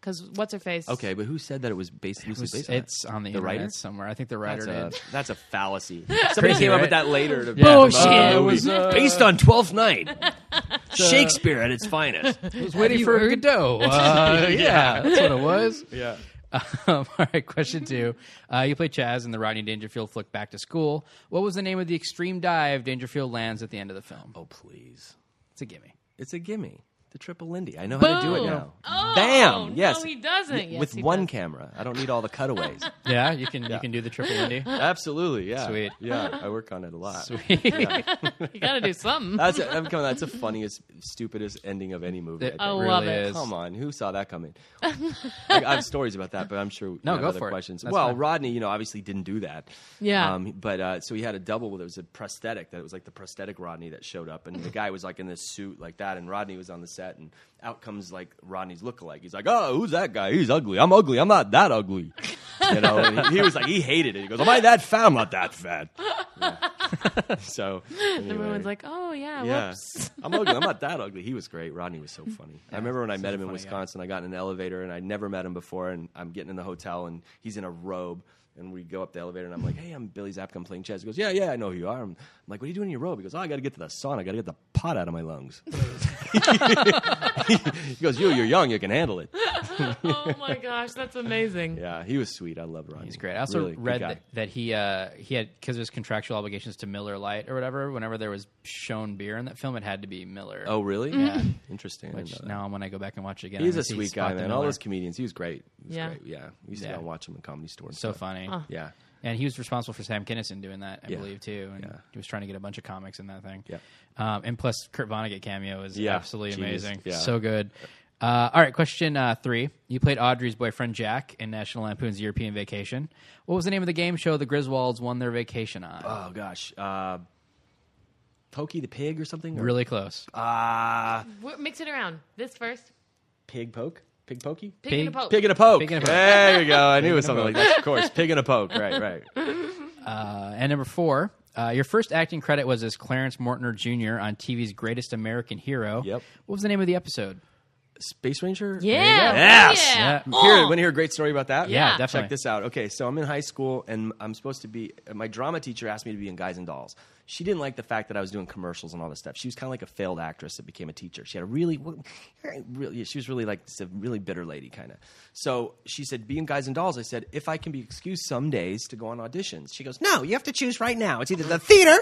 S4: Because what's her face?
S5: Okay, but who said that it was based loosely based on that?
S3: It's on the,
S5: The
S3: internet
S5: writer?
S3: somewhere. I think the
S5: That's
S3: writer
S5: a,
S3: did.
S5: that's
S3: (laughs)
S5: a fallacy. Somebody came up
S3: right?
S5: with that later. To
S3: Yeah. Bullshit.
S5: Uh,
S3: It
S5: was,
S3: was, (laughs)
S5: based on
S4: (laughs)
S5: Twelfth Night. Shakespeare at its finest.
S3: was waiting for (laughs) Godot. Uh, yeah, that's what it (laughs) was.
S5: yeah.
S3: Um, all right, question two. Uh, you play Chaz in the Rodney Dangerfield flick Back to School. What was the name of the extreme dive Dangerfield lands at the end of the film?
S5: Oh please,
S3: It's a gimme.
S5: it's a gimme. The triple Lindy. I know how to do it
S4: Boom.
S5: now.
S4: Oh,
S5: Bam!
S4: no,
S5: Yes.
S4: he doesn't.
S5: Y-
S4: Yes,
S5: With
S4: he
S5: one
S4: does.
S5: camera. I don't need all
S4: (laughs)
S5: the cutaways.
S3: Yeah, you can you can do the triple (laughs) Lindy.
S5: Absolutely. Yeah.
S3: Sweet.
S5: Yeah. I work on it a lot.
S3: Sweet.
S4: You got to
S5: (laughs)
S4: do something.
S5: That's it. I'm coming. That's the funniest, stupidest ending of any movie. I
S3: It
S5: think.
S4: I
S3: really
S4: love it.
S3: is.
S5: Come on, who saw that coming? I, I have stories about that, but I'm sure you
S3: No,
S5: have
S3: go
S5: other
S3: for it.
S5: questions.
S3: That's
S5: well,
S3: fine.
S5: Rodney, you know, obviously didn't do that.
S4: Yeah.
S5: but uh, so he had a double that was a prosthetic that it was like the prosthetic Rodney that showed up, and the guy was like in this suit like that, and Rodney was on the set, and out comes like Rodney's lookalike. He's like, oh, who's that guy? He's ugly. I'm ugly. I'm not that ugly. You know, and he, he was like, he hated it. He goes, am I that fat? I'm not that fat. Yeah. (laughs) so
S4: And
S5: anyway.
S4: everyone's like, oh, yeah,
S5: Yeah.
S4: whoops.
S5: I'm ugly. I'm
S3: (laughs)
S5: not that ugly. He was great. Rodney was so funny. I remember when I met him in
S3: funny guy.
S5: Wisconsin, I got in an elevator and I'd never met him before. And I'm getting in the hotel and he's in a robe. And we go up the elevator and I'm like, hey, I'm Billy Zapka. I'm playing chess. He goes, yeah, yeah, I know who you are. I'm, I'm like, what are you doing in your robe? He goes, oh, I got to get to the sauna. I got to get the pot out of my
S3: (laughs)
S5: lungs. (laughs) he goes, you, you're young. You can handle it.
S4: oh,
S5: (laughs)
S4: my gosh. That's amazing.
S5: Yeah, he was sweet. I love Rodney.
S3: He's great. I also
S5: Really good
S3: read
S5: guy.
S3: that, that he uh, he had because of his contractual obligations to Miller Lite or whatever. Whenever there was shown beer in that film, it had to be Miller.
S5: Oh, really? Yeah. Interesting. I didn't know
S3: which
S5: that.
S3: now when I go back and watch it again,
S5: He's
S3: I
S5: a
S3: see
S5: sweet
S3: Spock
S5: guy,
S3: the
S5: man. All
S3: Miller.
S5: those comedians. He was great. He was
S4: Yeah.
S5: great. Yeah. We used to
S3: Yeah.
S5: go and watch him in Comedy Store. and
S3: so
S5: stuff.
S3: funny.
S5: Yeah.
S3: And he was responsible for Sam Kinison doing that, I
S5: Yeah.
S3: believe, too. And he was trying to get a bunch of comics in that thing.
S5: Yeah.
S3: Um, and plus, Kurt Vonnegut cameo is
S5: Yeah,
S3: absolutely
S5: genius.
S3: amazing.
S5: Yeah.
S3: So good. Uh, all right, question uh, three. You played Audrey's boyfriend Jack in National Lampoon's European Vacation. What was the name of the game show the Griswolds won their vacation on?
S5: Oh gosh, uh, Pokey the pig or something? Or,
S3: really close.
S5: Uh,
S4: We're- Mix it around. This first.
S5: pig poke, pig pokey,
S4: Pig,
S3: Pig-
S4: and a poke.
S5: pig and a poke.
S3: Pig and a poke.
S5: There you go. I knew it was something like that. Of course, pig and a poke. Right, right.
S3: And number four, uh, your first acting credit was as Clarence Mortner Jr. on TV's Greatest American Hero.
S5: Yep.
S3: What was the name of the episode?
S5: Space Ranger.
S4: yeah.
S5: There you go.
S4: Yeah. Oh.
S5: Yes.
S3: Yeah.
S5: (laughs) Here, want to hear a great story about that?
S3: Oh. Yeah,
S4: Yeah.
S3: definitely.
S5: Check this out. Okay, so I'm in high school and I'm supposed to be. My drama teacher asked me to be in Guys and Dolls. She didn't like the fact that I was doing commercials and all this stuff. She was kind of like a failed actress that became a teacher. She had a really, really she was really like this a really bitter lady kind of. So she said, "Be in Guys and Dolls." I said, "If I can be excused some days to go on auditions." She goes, "No, you have to choose right now. It's either the theater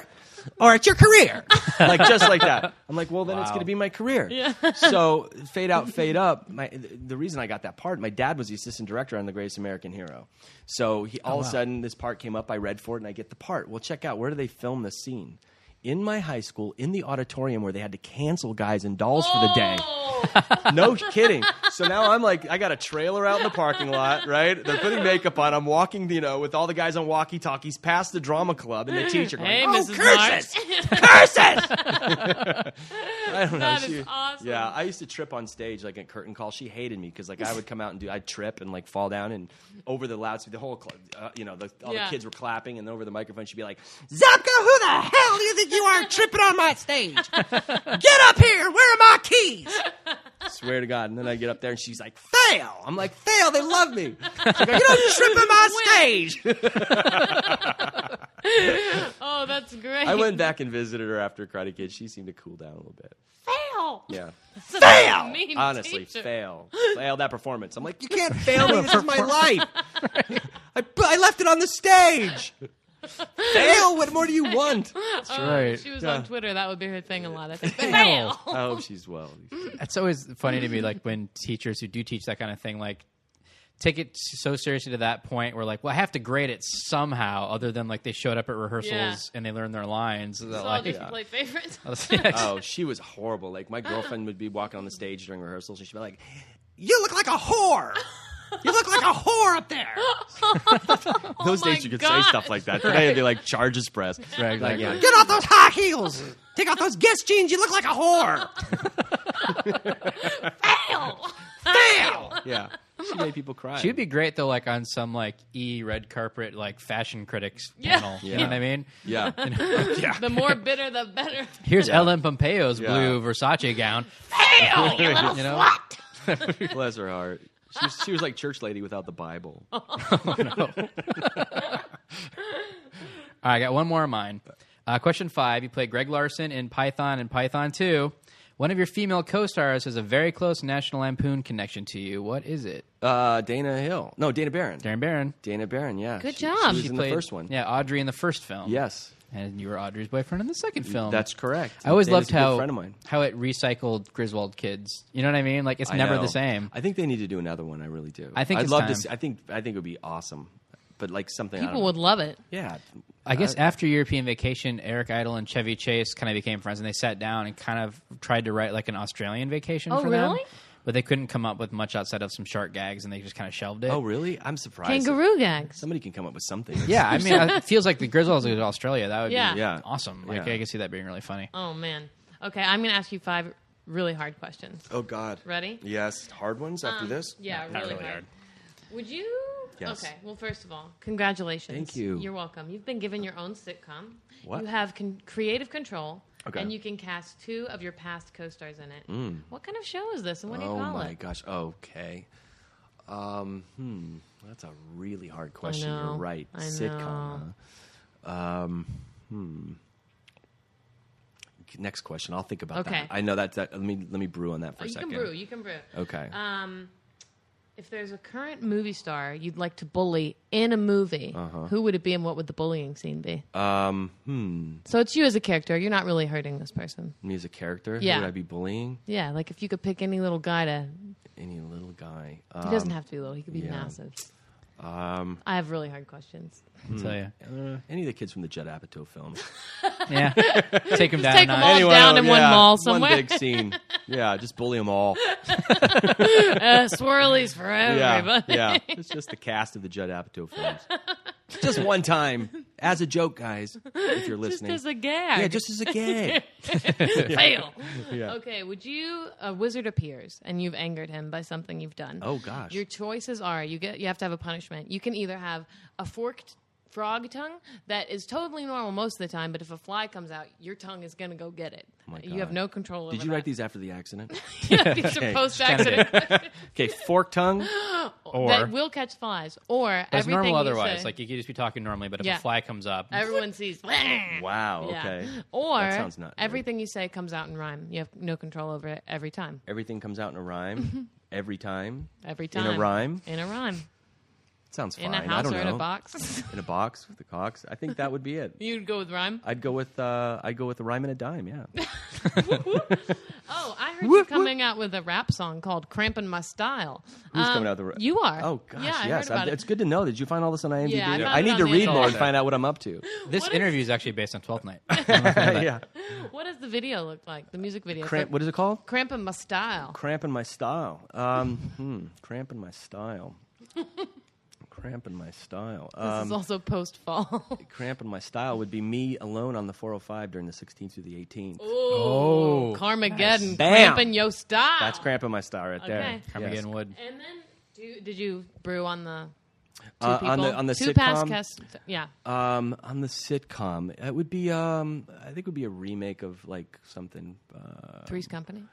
S5: or it's your career." (laughs) like just like that. I'm like, "Well, then it's going to be my career." (laughs) so fade out, fade up. My the reason I got that part, my dad was the assistant director on The Greatest American Hero. So he, all of a sudden, this part came up. I read for it, and I get the part. Well, check out where do they film this scene? In my high school, in the auditorium where they had to cancel Guys and Dolls for the
S4: Oh!
S5: day. No kidding. So now I'm like, I got a trailer out in the parking lot, right? They're putting makeup on. I'm walking, you know, with all the guys on walkie talkies past the drama club and the teacher going,
S4: Hey,
S5: "Oh,
S4: Mrs.
S5: curses!
S4: March.
S5: Curses!
S4: (laughs)
S5: (laughs) I don't know.
S4: That is
S5: she-
S4: awesome.
S5: Yeah, I used to trip on stage like at curtain call. She hated me because like I would come out and do, I'd trip and like fall down and over the loudspeaker, the whole, club, uh, you know, the, all
S4: Yeah.
S5: the kids were clapping and over the microphone she'd be like,
S6: Zapka, who the hell do you think you are tripping on my stage? Get up here! Where are my keys?
S5: swear to God. And then I get up there and she's like,
S6: Fail!
S5: I'm like, fail, they love me.
S6: You don't trip on my stage!
S4: (laughs) Oh, that's great.
S5: I went back and visited her after Karate Kid. She seemed to cool down a little bit.
S4: (laughs) fail.
S5: Yeah.
S4: That's a (laughs) mean
S5: Honestly,
S4: teacher.
S5: fail. Fail that performance. I'm like, you (laughs) can't
S6: Fail me, this is my life!
S5: I, I left it on the stage. fail. What more do you (laughs) want?
S3: That's right.
S4: Oh, She was
S5: Yeah.
S4: on Twitter. That would be her thing a lot. I think. Fail. (laughs)
S5: I hope Oh, she's well.
S3: It's always funny to me, like when teachers who do teach that kind of thing, like take it so seriously to that point where, like, well, I have to grade it somehow, other than like they showed up at rehearsals
S4: Yeah.
S3: and they learned their lines. That,
S4: So I'll
S3: like, (laughs)
S4: just play favorites.
S5: Oh, she was horrible. Like my girlfriend would be walking on the stage during rehearsals, and she'd be like,
S6: You look like a whore! You look like a whore up there!
S5: "Those
S4: my
S5: days you could
S4: gosh.
S5: say stuff like that. Today it'd be like charges pressed."
S3: Right,
S5: Like,
S3: exactly.
S6: Get off those high heels! Take off those Guess jeans! You look like a whore!
S4: fail.
S6: Fail!
S5: yeah, she made people cry.
S3: She would be great though, like on some like E red carpet like fashion critics
S4: Yeah.
S3: panel. You
S5: Yeah.
S3: know what I mean?
S5: Yeah, yeah.
S4: (laughs) The more bitter, the better.
S3: (laughs) Here's Ellen Pompeo's
S5: Yeah.
S3: blue Versace gown.
S5: (laughs)
S4: Fail. You little
S3: You know?
S4: slut.
S5: Bless her heart. She was, she was like church lady without the Bible.
S3: All right, I got one more of mine. Uh, question five: You played Greg Larson in Python and Python Two. One of your female co-stars has a very close National Lampoon connection to you. What is it?
S5: Uh, Dana Hill. No, Dana Barron.
S3: Darren Barron.
S5: Dana Barron, yeah.
S4: Good
S5: She-
S4: job.
S5: She was
S4: She
S5: in the first one.
S3: Yeah, Audrey in the first film.
S5: Yes.
S3: And you were Audrey's boyfriend in the second film.
S5: Mm, That's correct.
S3: I always loved
S5: Dana's a good
S3: how
S5: friend of mine.
S3: how it recycled Griswold kids. You know what I mean? Like it's
S5: I
S3: never
S5: know.
S3: the same.
S5: I think they need to do another one. I really do.
S3: I think
S5: I'd
S3: it's
S5: love
S3: time.
S5: to. See, I think I think it would be awesome, but like something I
S4: People
S5: don't
S4: would
S5: know.
S4: love it.
S5: Yeah,
S3: I guess
S4: Uh,
S3: after European Vacation, Eric Idle and Chevy Chase kind of became friends, and they sat down and kind of tried to write like an Australian vacation
S4: Oh,
S3: for them.
S4: really?
S3: But they couldn't come up with much outside of some shark gags, and they just kind of shelved it.
S5: Oh, really? I'm surprised. that
S4: Kangaroo gags.
S5: Somebody can come up with something.
S3: (laughs) Yeah, I mean, it feels like the Grizzlies go to Australia. That would
S4: Yeah.
S3: be
S5: (laughs) Yeah.
S3: awesome. Like,
S5: Yeah.
S3: I could see that being really funny.
S4: Oh man. Okay, I'm gonna ask you five really hard questions.
S5: Oh God.
S4: Ready?
S5: Yes. Hard ones after
S4: Um,
S5: this.
S4: Yeah,
S3: Not
S4: really,
S3: really
S4: hard.
S3: hard.
S4: Would you?
S5: Yes.
S4: Okay. Well, first of all, congratulations.
S5: Thank you.
S4: You're welcome. You've been given your own sitcom.
S5: What?
S4: You have con- creative control.
S5: Okay. Mm.
S4: And you can cast two of your past co-stars in it. What kind of show is this, and what do you
S5: Oh
S4: call
S5: my
S4: it?
S5: gosh. Okay. Um. Hmm. That's a really hard question.
S4: know.
S5: You're right.
S4: I
S5: Sitcom.
S4: know.
S5: huh? Um. Hmm. Next question. I'll think about
S4: Okay.
S5: that. I know that's that. Let me let me brew on that for
S4: Oh,
S5: a
S4: you
S5: second.
S4: can brew. You can brew.
S5: Okay.
S4: Um, if there's a current movie star you'd like to bully in a movie, who would it be, and what would the bullying scene be?
S5: Uh-huh. um. Hmm.
S4: so it's you as a character. You're not really hurting this person.
S5: Me as a character.
S4: Yeah.
S5: Who would I be bullying?
S4: Yeah, like if you could pick any little guy to
S5: Any little guy.
S4: He
S5: Um,
S4: doesn't have to be little. He could be
S5: yeah.
S4: massive. Um, I have really hard questions.
S3: I'll
S5: Hmm.
S3: tell
S5: (laughs)
S3: you.
S5: any of the kids from the Judd Apatow films.
S3: Yeah. Take them down.
S4: take
S3: a
S4: 'em
S3: notch.
S4: all
S5: Anyone
S4: down
S5: of
S4: in one
S5: yeah,
S4: mall somewhere.
S5: One big
S4: (laughs)
S5: scene. Yeah, just bully them all.
S4: Uh, swirlies for
S5: (laughs) Yeah,
S4: everybody.
S5: yeah. It's just the cast of the Judd Apatow films. just one time, as a joke, guys. If you're
S4: (laughs) Just
S5: listening,
S4: as a gag.
S5: yeah, just as
S4: (laughs)
S5: a gag.
S4: fail.
S5: (laughs) Yeah.
S4: Okay, would you a wizard appears and you've angered him by something you've done?
S5: Oh, gosh.
S4: Your choices are you get you have to have a punishment. You can either have a forked frog tongue that is totally normal most of the time, but if a fly comes out, your tongue is going to go get it.
S5: Oh, my
S4: you have
S5: God.
S4: no control over
S5: Did you
S4: (laughs)
S5: write these after the accident?
S4: that. these are post accident
S5: Okay, fork tongue.
S3: Or
S4: that will catch flies or
S3: it's
S4: everything
S3: normal
S4: you
S3: otherwise.
S4: say-
S3: Like, you could just be talking normally, but if
S4: Yeah. Uh,
S3: a fly comes up,
S4: Everyone sees.
S5: (laughs) Wow.
S4: Yeah.
S5: Okay.
S4: Or
S5: That sounds not good.
S4: everything you say comes out in rhyme. You have no control over it every time.
S5: Everything comes out in
S4: (laughs)
S5: a rhyme. Every time.
S4: Every
S5: In
S4: time.
S5: a rhyme?
S4: In a rhyme.
S5: Sounds fine.
S4: In a
S5: I
S4: house
S5: don't
S4: or in
S5: know.
S4: a box. (laughs)
S5: In a box with the cocks. I think that would be it.
S4: You'd go with rhyme.
S5: I'd go with uh, I'd go with a rhyme and a dime. Yeah.
S4: Oh, I heard you coming out with a rap song called "Crampin' My Style."
S5: Who's
S4: Um,
S5: coming out the ra-
S4: You are.
S5: Oh gosh,
S4: yeah, (laughs) I
S5: yes.
S4: Heard about
S5: I-
S4: it.
S5: It's good to know. Did you find all this on IMDb?
S4: Yeah, I found
S5: I
S4: it
S5: need
S4: on
S5: to
S4: the
S5: read
S4: internet.
S5: more and find out what I'm
S4: (laughs)
S5: up to.
S3: this
S4: What is-
S3: interview is actually based on Twelfth Night.
S5: yeah.
S4: What does the video look like? The music video.
S5: Cramp, what is it called?
S4: Crampin' My Style.
S5: Cramping my style. Um, hmm, cramping my style. (laughs) cramping my style.
S4: This
S5: Um,
S4: is also post
S5: (laughs)
S4: fall.
S5: cramping my style would be me alone on the 405 during the 16th through the 18th.
S4: (laughs) oh, Carmageddon.
S5: Bam.
S4: Crampin' your style.
S5: That's cramping my style right there.
S4: Okay.
S3: Carmageddon
S5: Yes.
S3: Wood.
S4: And then, do you, did you brew on the two
S5: Uh,
S4: people?
S5: on the on the
S4: two past
S5: sitcom,
S4: guests. Yeah.
S5: um, on the sitcom, it would be um, I think it would be a remake of like something. Uh,
S4: Three's Company.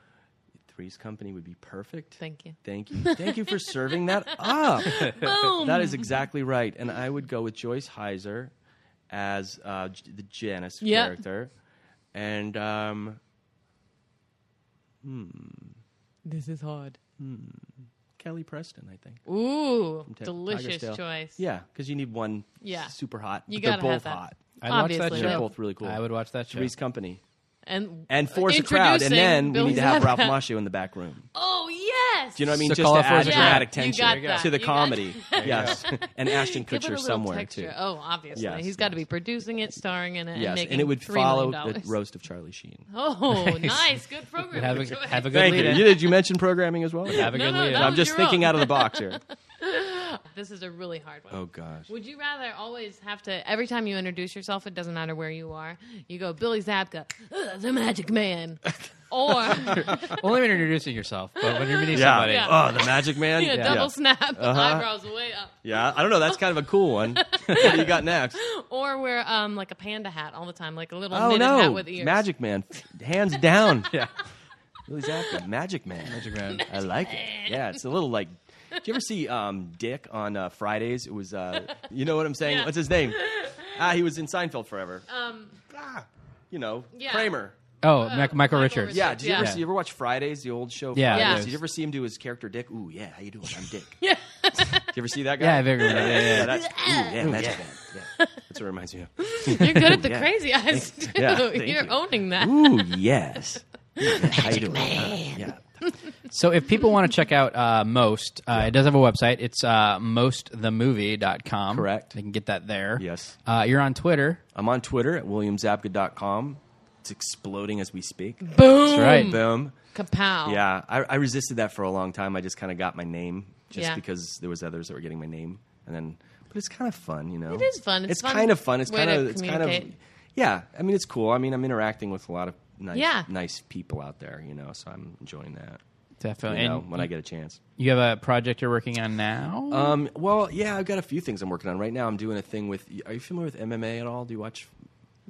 S5: Three's Company would be perfect.
S4: Thank
S5: (laughs)
S4: you.
S5: Thank you. Thank you for serving that
S4: (laughs)
S5: up.
S4: Boom. (laughs)
S5: That is exactly right. And I would go with Joyce Heiser as uh, J- the Janice
S4: Yep.
S5: character. And um,
S4: This is hard.
S5: Kelly Preston, I think.
S4: Ooh,
S5: T-
S4: delicious
S5: Tigersdale.
S4: choice.
S5: Yeah, because you need one
S4: Yeah.
S5: s- super hot.
S4: You
S5: but they're
S4: gotta have
S5: both
S4: that.
S5: hot.
S3: I'd watch that
S4: Obviously.
S5: They're
S3: show.
S5: both really cool.
S3: I would watch that show.
S5: Three's Company.
S4: And
S5: And force a crowd. And then we
S4: Billy
S5: need to have
S4: Zabka.
S5: Ralph Macchio in the back room.
S4: Oh yes.
S5: Do you know
S3: (laughs)
S5: what I mean?
S3: So
S5: Just
S3: call
S5: to
S3: it Force
S5: add
S3: a Crowd.
S5: dramatic
S4: Yeah, you
S5: tension
S4: got that.
S5: to the
S4: You got (laughs)
S5: comedy. Yes. (laughs) and Ashton
S4: Give it a
S5: Kutcher
S4: little
S5: somewhere,
S4: texture.
S5: too.
S4: Oh, obviously,
S5: Yes,
S4: he's got to
S5: yes.
S4: be producing it, starring in it, and
S5: yes.
S4: making
S5: and it would
S4: $3
S5: follow
S4: million
S5: the
S4: dollars.
S5: roast of Charlie Sheen.
S4: (laughs)
S5: (laughs)
S4: Oh, nice, good program.
S3: Have
S4: choice.
S3: a, have a good
S5: Thank
S3: lead.
S5: you.
S3: in.
S5: you. Did you mention programming as well?
S3: Have a
S4: No,
S3: good
S4: no,
S3: lead.
S4: that
S3: in.
S5: I'm
S4: was
S5: just
S4: your
S5: thinking
S4: own.
S5: out of the box here.
S4: This is a really hard one.
S5: Oh gosh.
S4: Would you rather always have to every time you introduce yourself? It doesn't matter where you are. You go Billy Zabka, "Ugh, the Magic
S5: (laughs)
S4: Man, or (laughs)
S3: Only when you're introducing yourself, but when you're meeting
S5: Yeah.
S3: somebody.
S4: Yeah.
S5: Oh, the Magic
S4: (laughs)
S5: Man.
S4: yeah, double snap,
S5: Uh-huh.
S4: eyebrows way up,
S5: Yeah. I don't know. That's kind of a
S4: (laughs)
S5: cool one. what do you got next?
S4: or wear um like a panda hat all the time, like a little
S5: Oh
S4: knitted hat
S5: no,
S4: with ears.
S5: Magic Man,
S4: (laughs)
S5: hands down.
S3: Yeah.
S5: Really, Zabka, Magic Man. Magic
S3: Man.
S5: I like it. Yeah, it's a little like. Did you ever see um, Dick on uh, Fridays? It was, uh, you know what I'm saying?
S4: Yeah.
S5: What's his name? Ah, he was in Seinfeld forever. Um, ah, you know,
S4: Yeah.
S5: Kramer.
S3: (laughs) Oh, Mi- Michael,
S4: Michael
S3: Richards.
S4: Richards.
S5: Yeah, did you,
S4: Yeah.
S5: Ever see, you ever watch Fridays, the old show?
S3: Yeah,
S5: Fridays?
S4: Yeah.
S5: Did you ever see him do his character Dick? Ooh, yeah, how you doing? I'm Dick.
S4: (laughs) Yeah.
S5: Did you ever see that guy?
S3: Yeah, I figured.
S5: Yeah,
S3: Yeah,
S5: yeah, yeah, that's, ooh, yeah, that's (laughs) bad. Yeah. That's what it reminds me of.
S4: You're good at the
S5: (laughs) Yeah.
S4: crazy eyes, too.
S5: (laughs) Yeah, thank
S4: You're
S5: you.
S4: owning that.
S5: Ooh, yes. Yeah, how you doing? Uh, yeah.
S3: So if people want to check out uh, Most, uh, it does have a website. It's uh, mostthemovie.com.
S5: Correct.
S3: They can get that there.
S5: Yes.
S3: Uh, you're on Twitter.
S5: I'm on Twitter at williamzapka.com. It's exploding as we speak.
S4: Boom.
S3: That's right.
S5: Boom.
S4: Kapow.
S5: Yeah, I, I resisted that for a long time. I just kind of got my name just
S4: Yeah.
S5: because there was others that were getting my name, and then but it's kind of fun, you know.
S4: It is fun. It's fun
S5: kind of fun. It's
S4: way to
S5: kind of it's kind of
S4: communicate.
S5: yeah. I mean, it's cool. I mean, I'm interacting with a lot of nice
S4: Yeah.
S5: nice people out there, you know. So I'm enjoying that. You
S3: Definitely.
S5: know,
S3: and
S5: when I get a chance.
S3: you have a project you're working on now.
S5: Um, well, yeah, I've got a few things I'm working on right now. I'm doing a thing with. Are you familiar with MMA at all? Do you watch?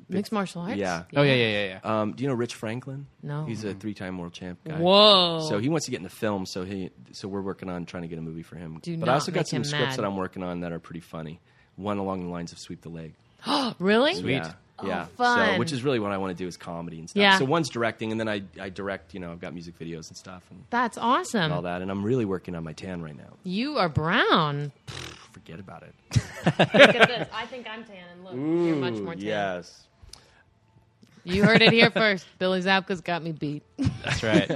S4: Mixed martial arts?
S5: Yeah.
S3: oh yeah, yeah, yeah, yeah.
S5: Um, do you know Rich Franklin?
S4: No.
S5: he's a three-time world champ guy.
S4: Whoa.
S5: So he wants to get into film. So he, so we're working on trying to get a movie for him.
S4: Do
S5: but
S4: not
S5: I also
S4: make
S5: got some
S4: him
S5: scripts
S4: mad.
S5: that I'm working on that are pretty funny. One along the lines of "Sweep the Leg."
S4: really?
S5: Yeah.
S4: Oh,
S5: yeah.
S4: fun.
S5: So, which is really what I want to do is comedy and stuff.
S4: Yeah.
S5: So one's directing, and then I, I direct. You know, I've got music videos and stuff and
S4: That's awesome.
S5: all that. And I'm really working on my tan right now.
S4: You are
S5: (laughs)
S4: brown.
S5: Forget about it.
S4: Look at this. I think I'm tan. And look, you're much more tan.
S5: Yes.
S4: You heard it
S5: (laughs)
S4: here first. Billy Zabka's got me beat.
S3: That's right.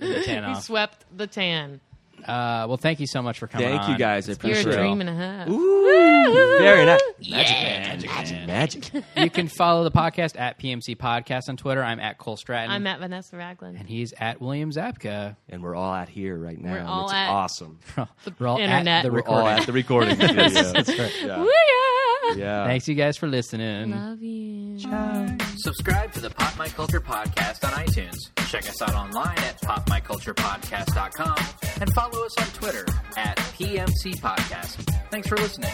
S3: Tan
S4: He
S3: off.
S4: swept the tan.
S3: Uh, well, thank you so much for coming.
S5: Thank you
S3: on.
S5: guys. I
S4: You're
S5: appreciate
S4: a
S5: it.
S4: dream and a half.
S5: Ooh, very nice. Magic,
S3: Magic
S5: magic,
S3: man.
S5: magic.
S3: You can follow the podcast at PMC Podcast on Twitter. I'm at Cole Stratton.
S4: I'm at Vanessa Ragland.
S3: and he's at William Zabka.
S5: and we're all out here right now.
S4: We're
S5: and
S4: all
S5: it's
S4: at-
S5: awesome.
S3: We're all at
S4: internet.
S3: the
S5: (laughs) We're all
S3: recording.
S5: at the recording. (laughs) studio. Yeah.
S4: Booyah!
S5: Yeah.
S3: Thanks you guys for listening.
S4: Love you.
S2: Subscribe to the Pop My Culture Podcast on iTunes. Check us out online at popmyculturepodcast.com and follow us on Twitter at PMC Podcast. Thanks for listening.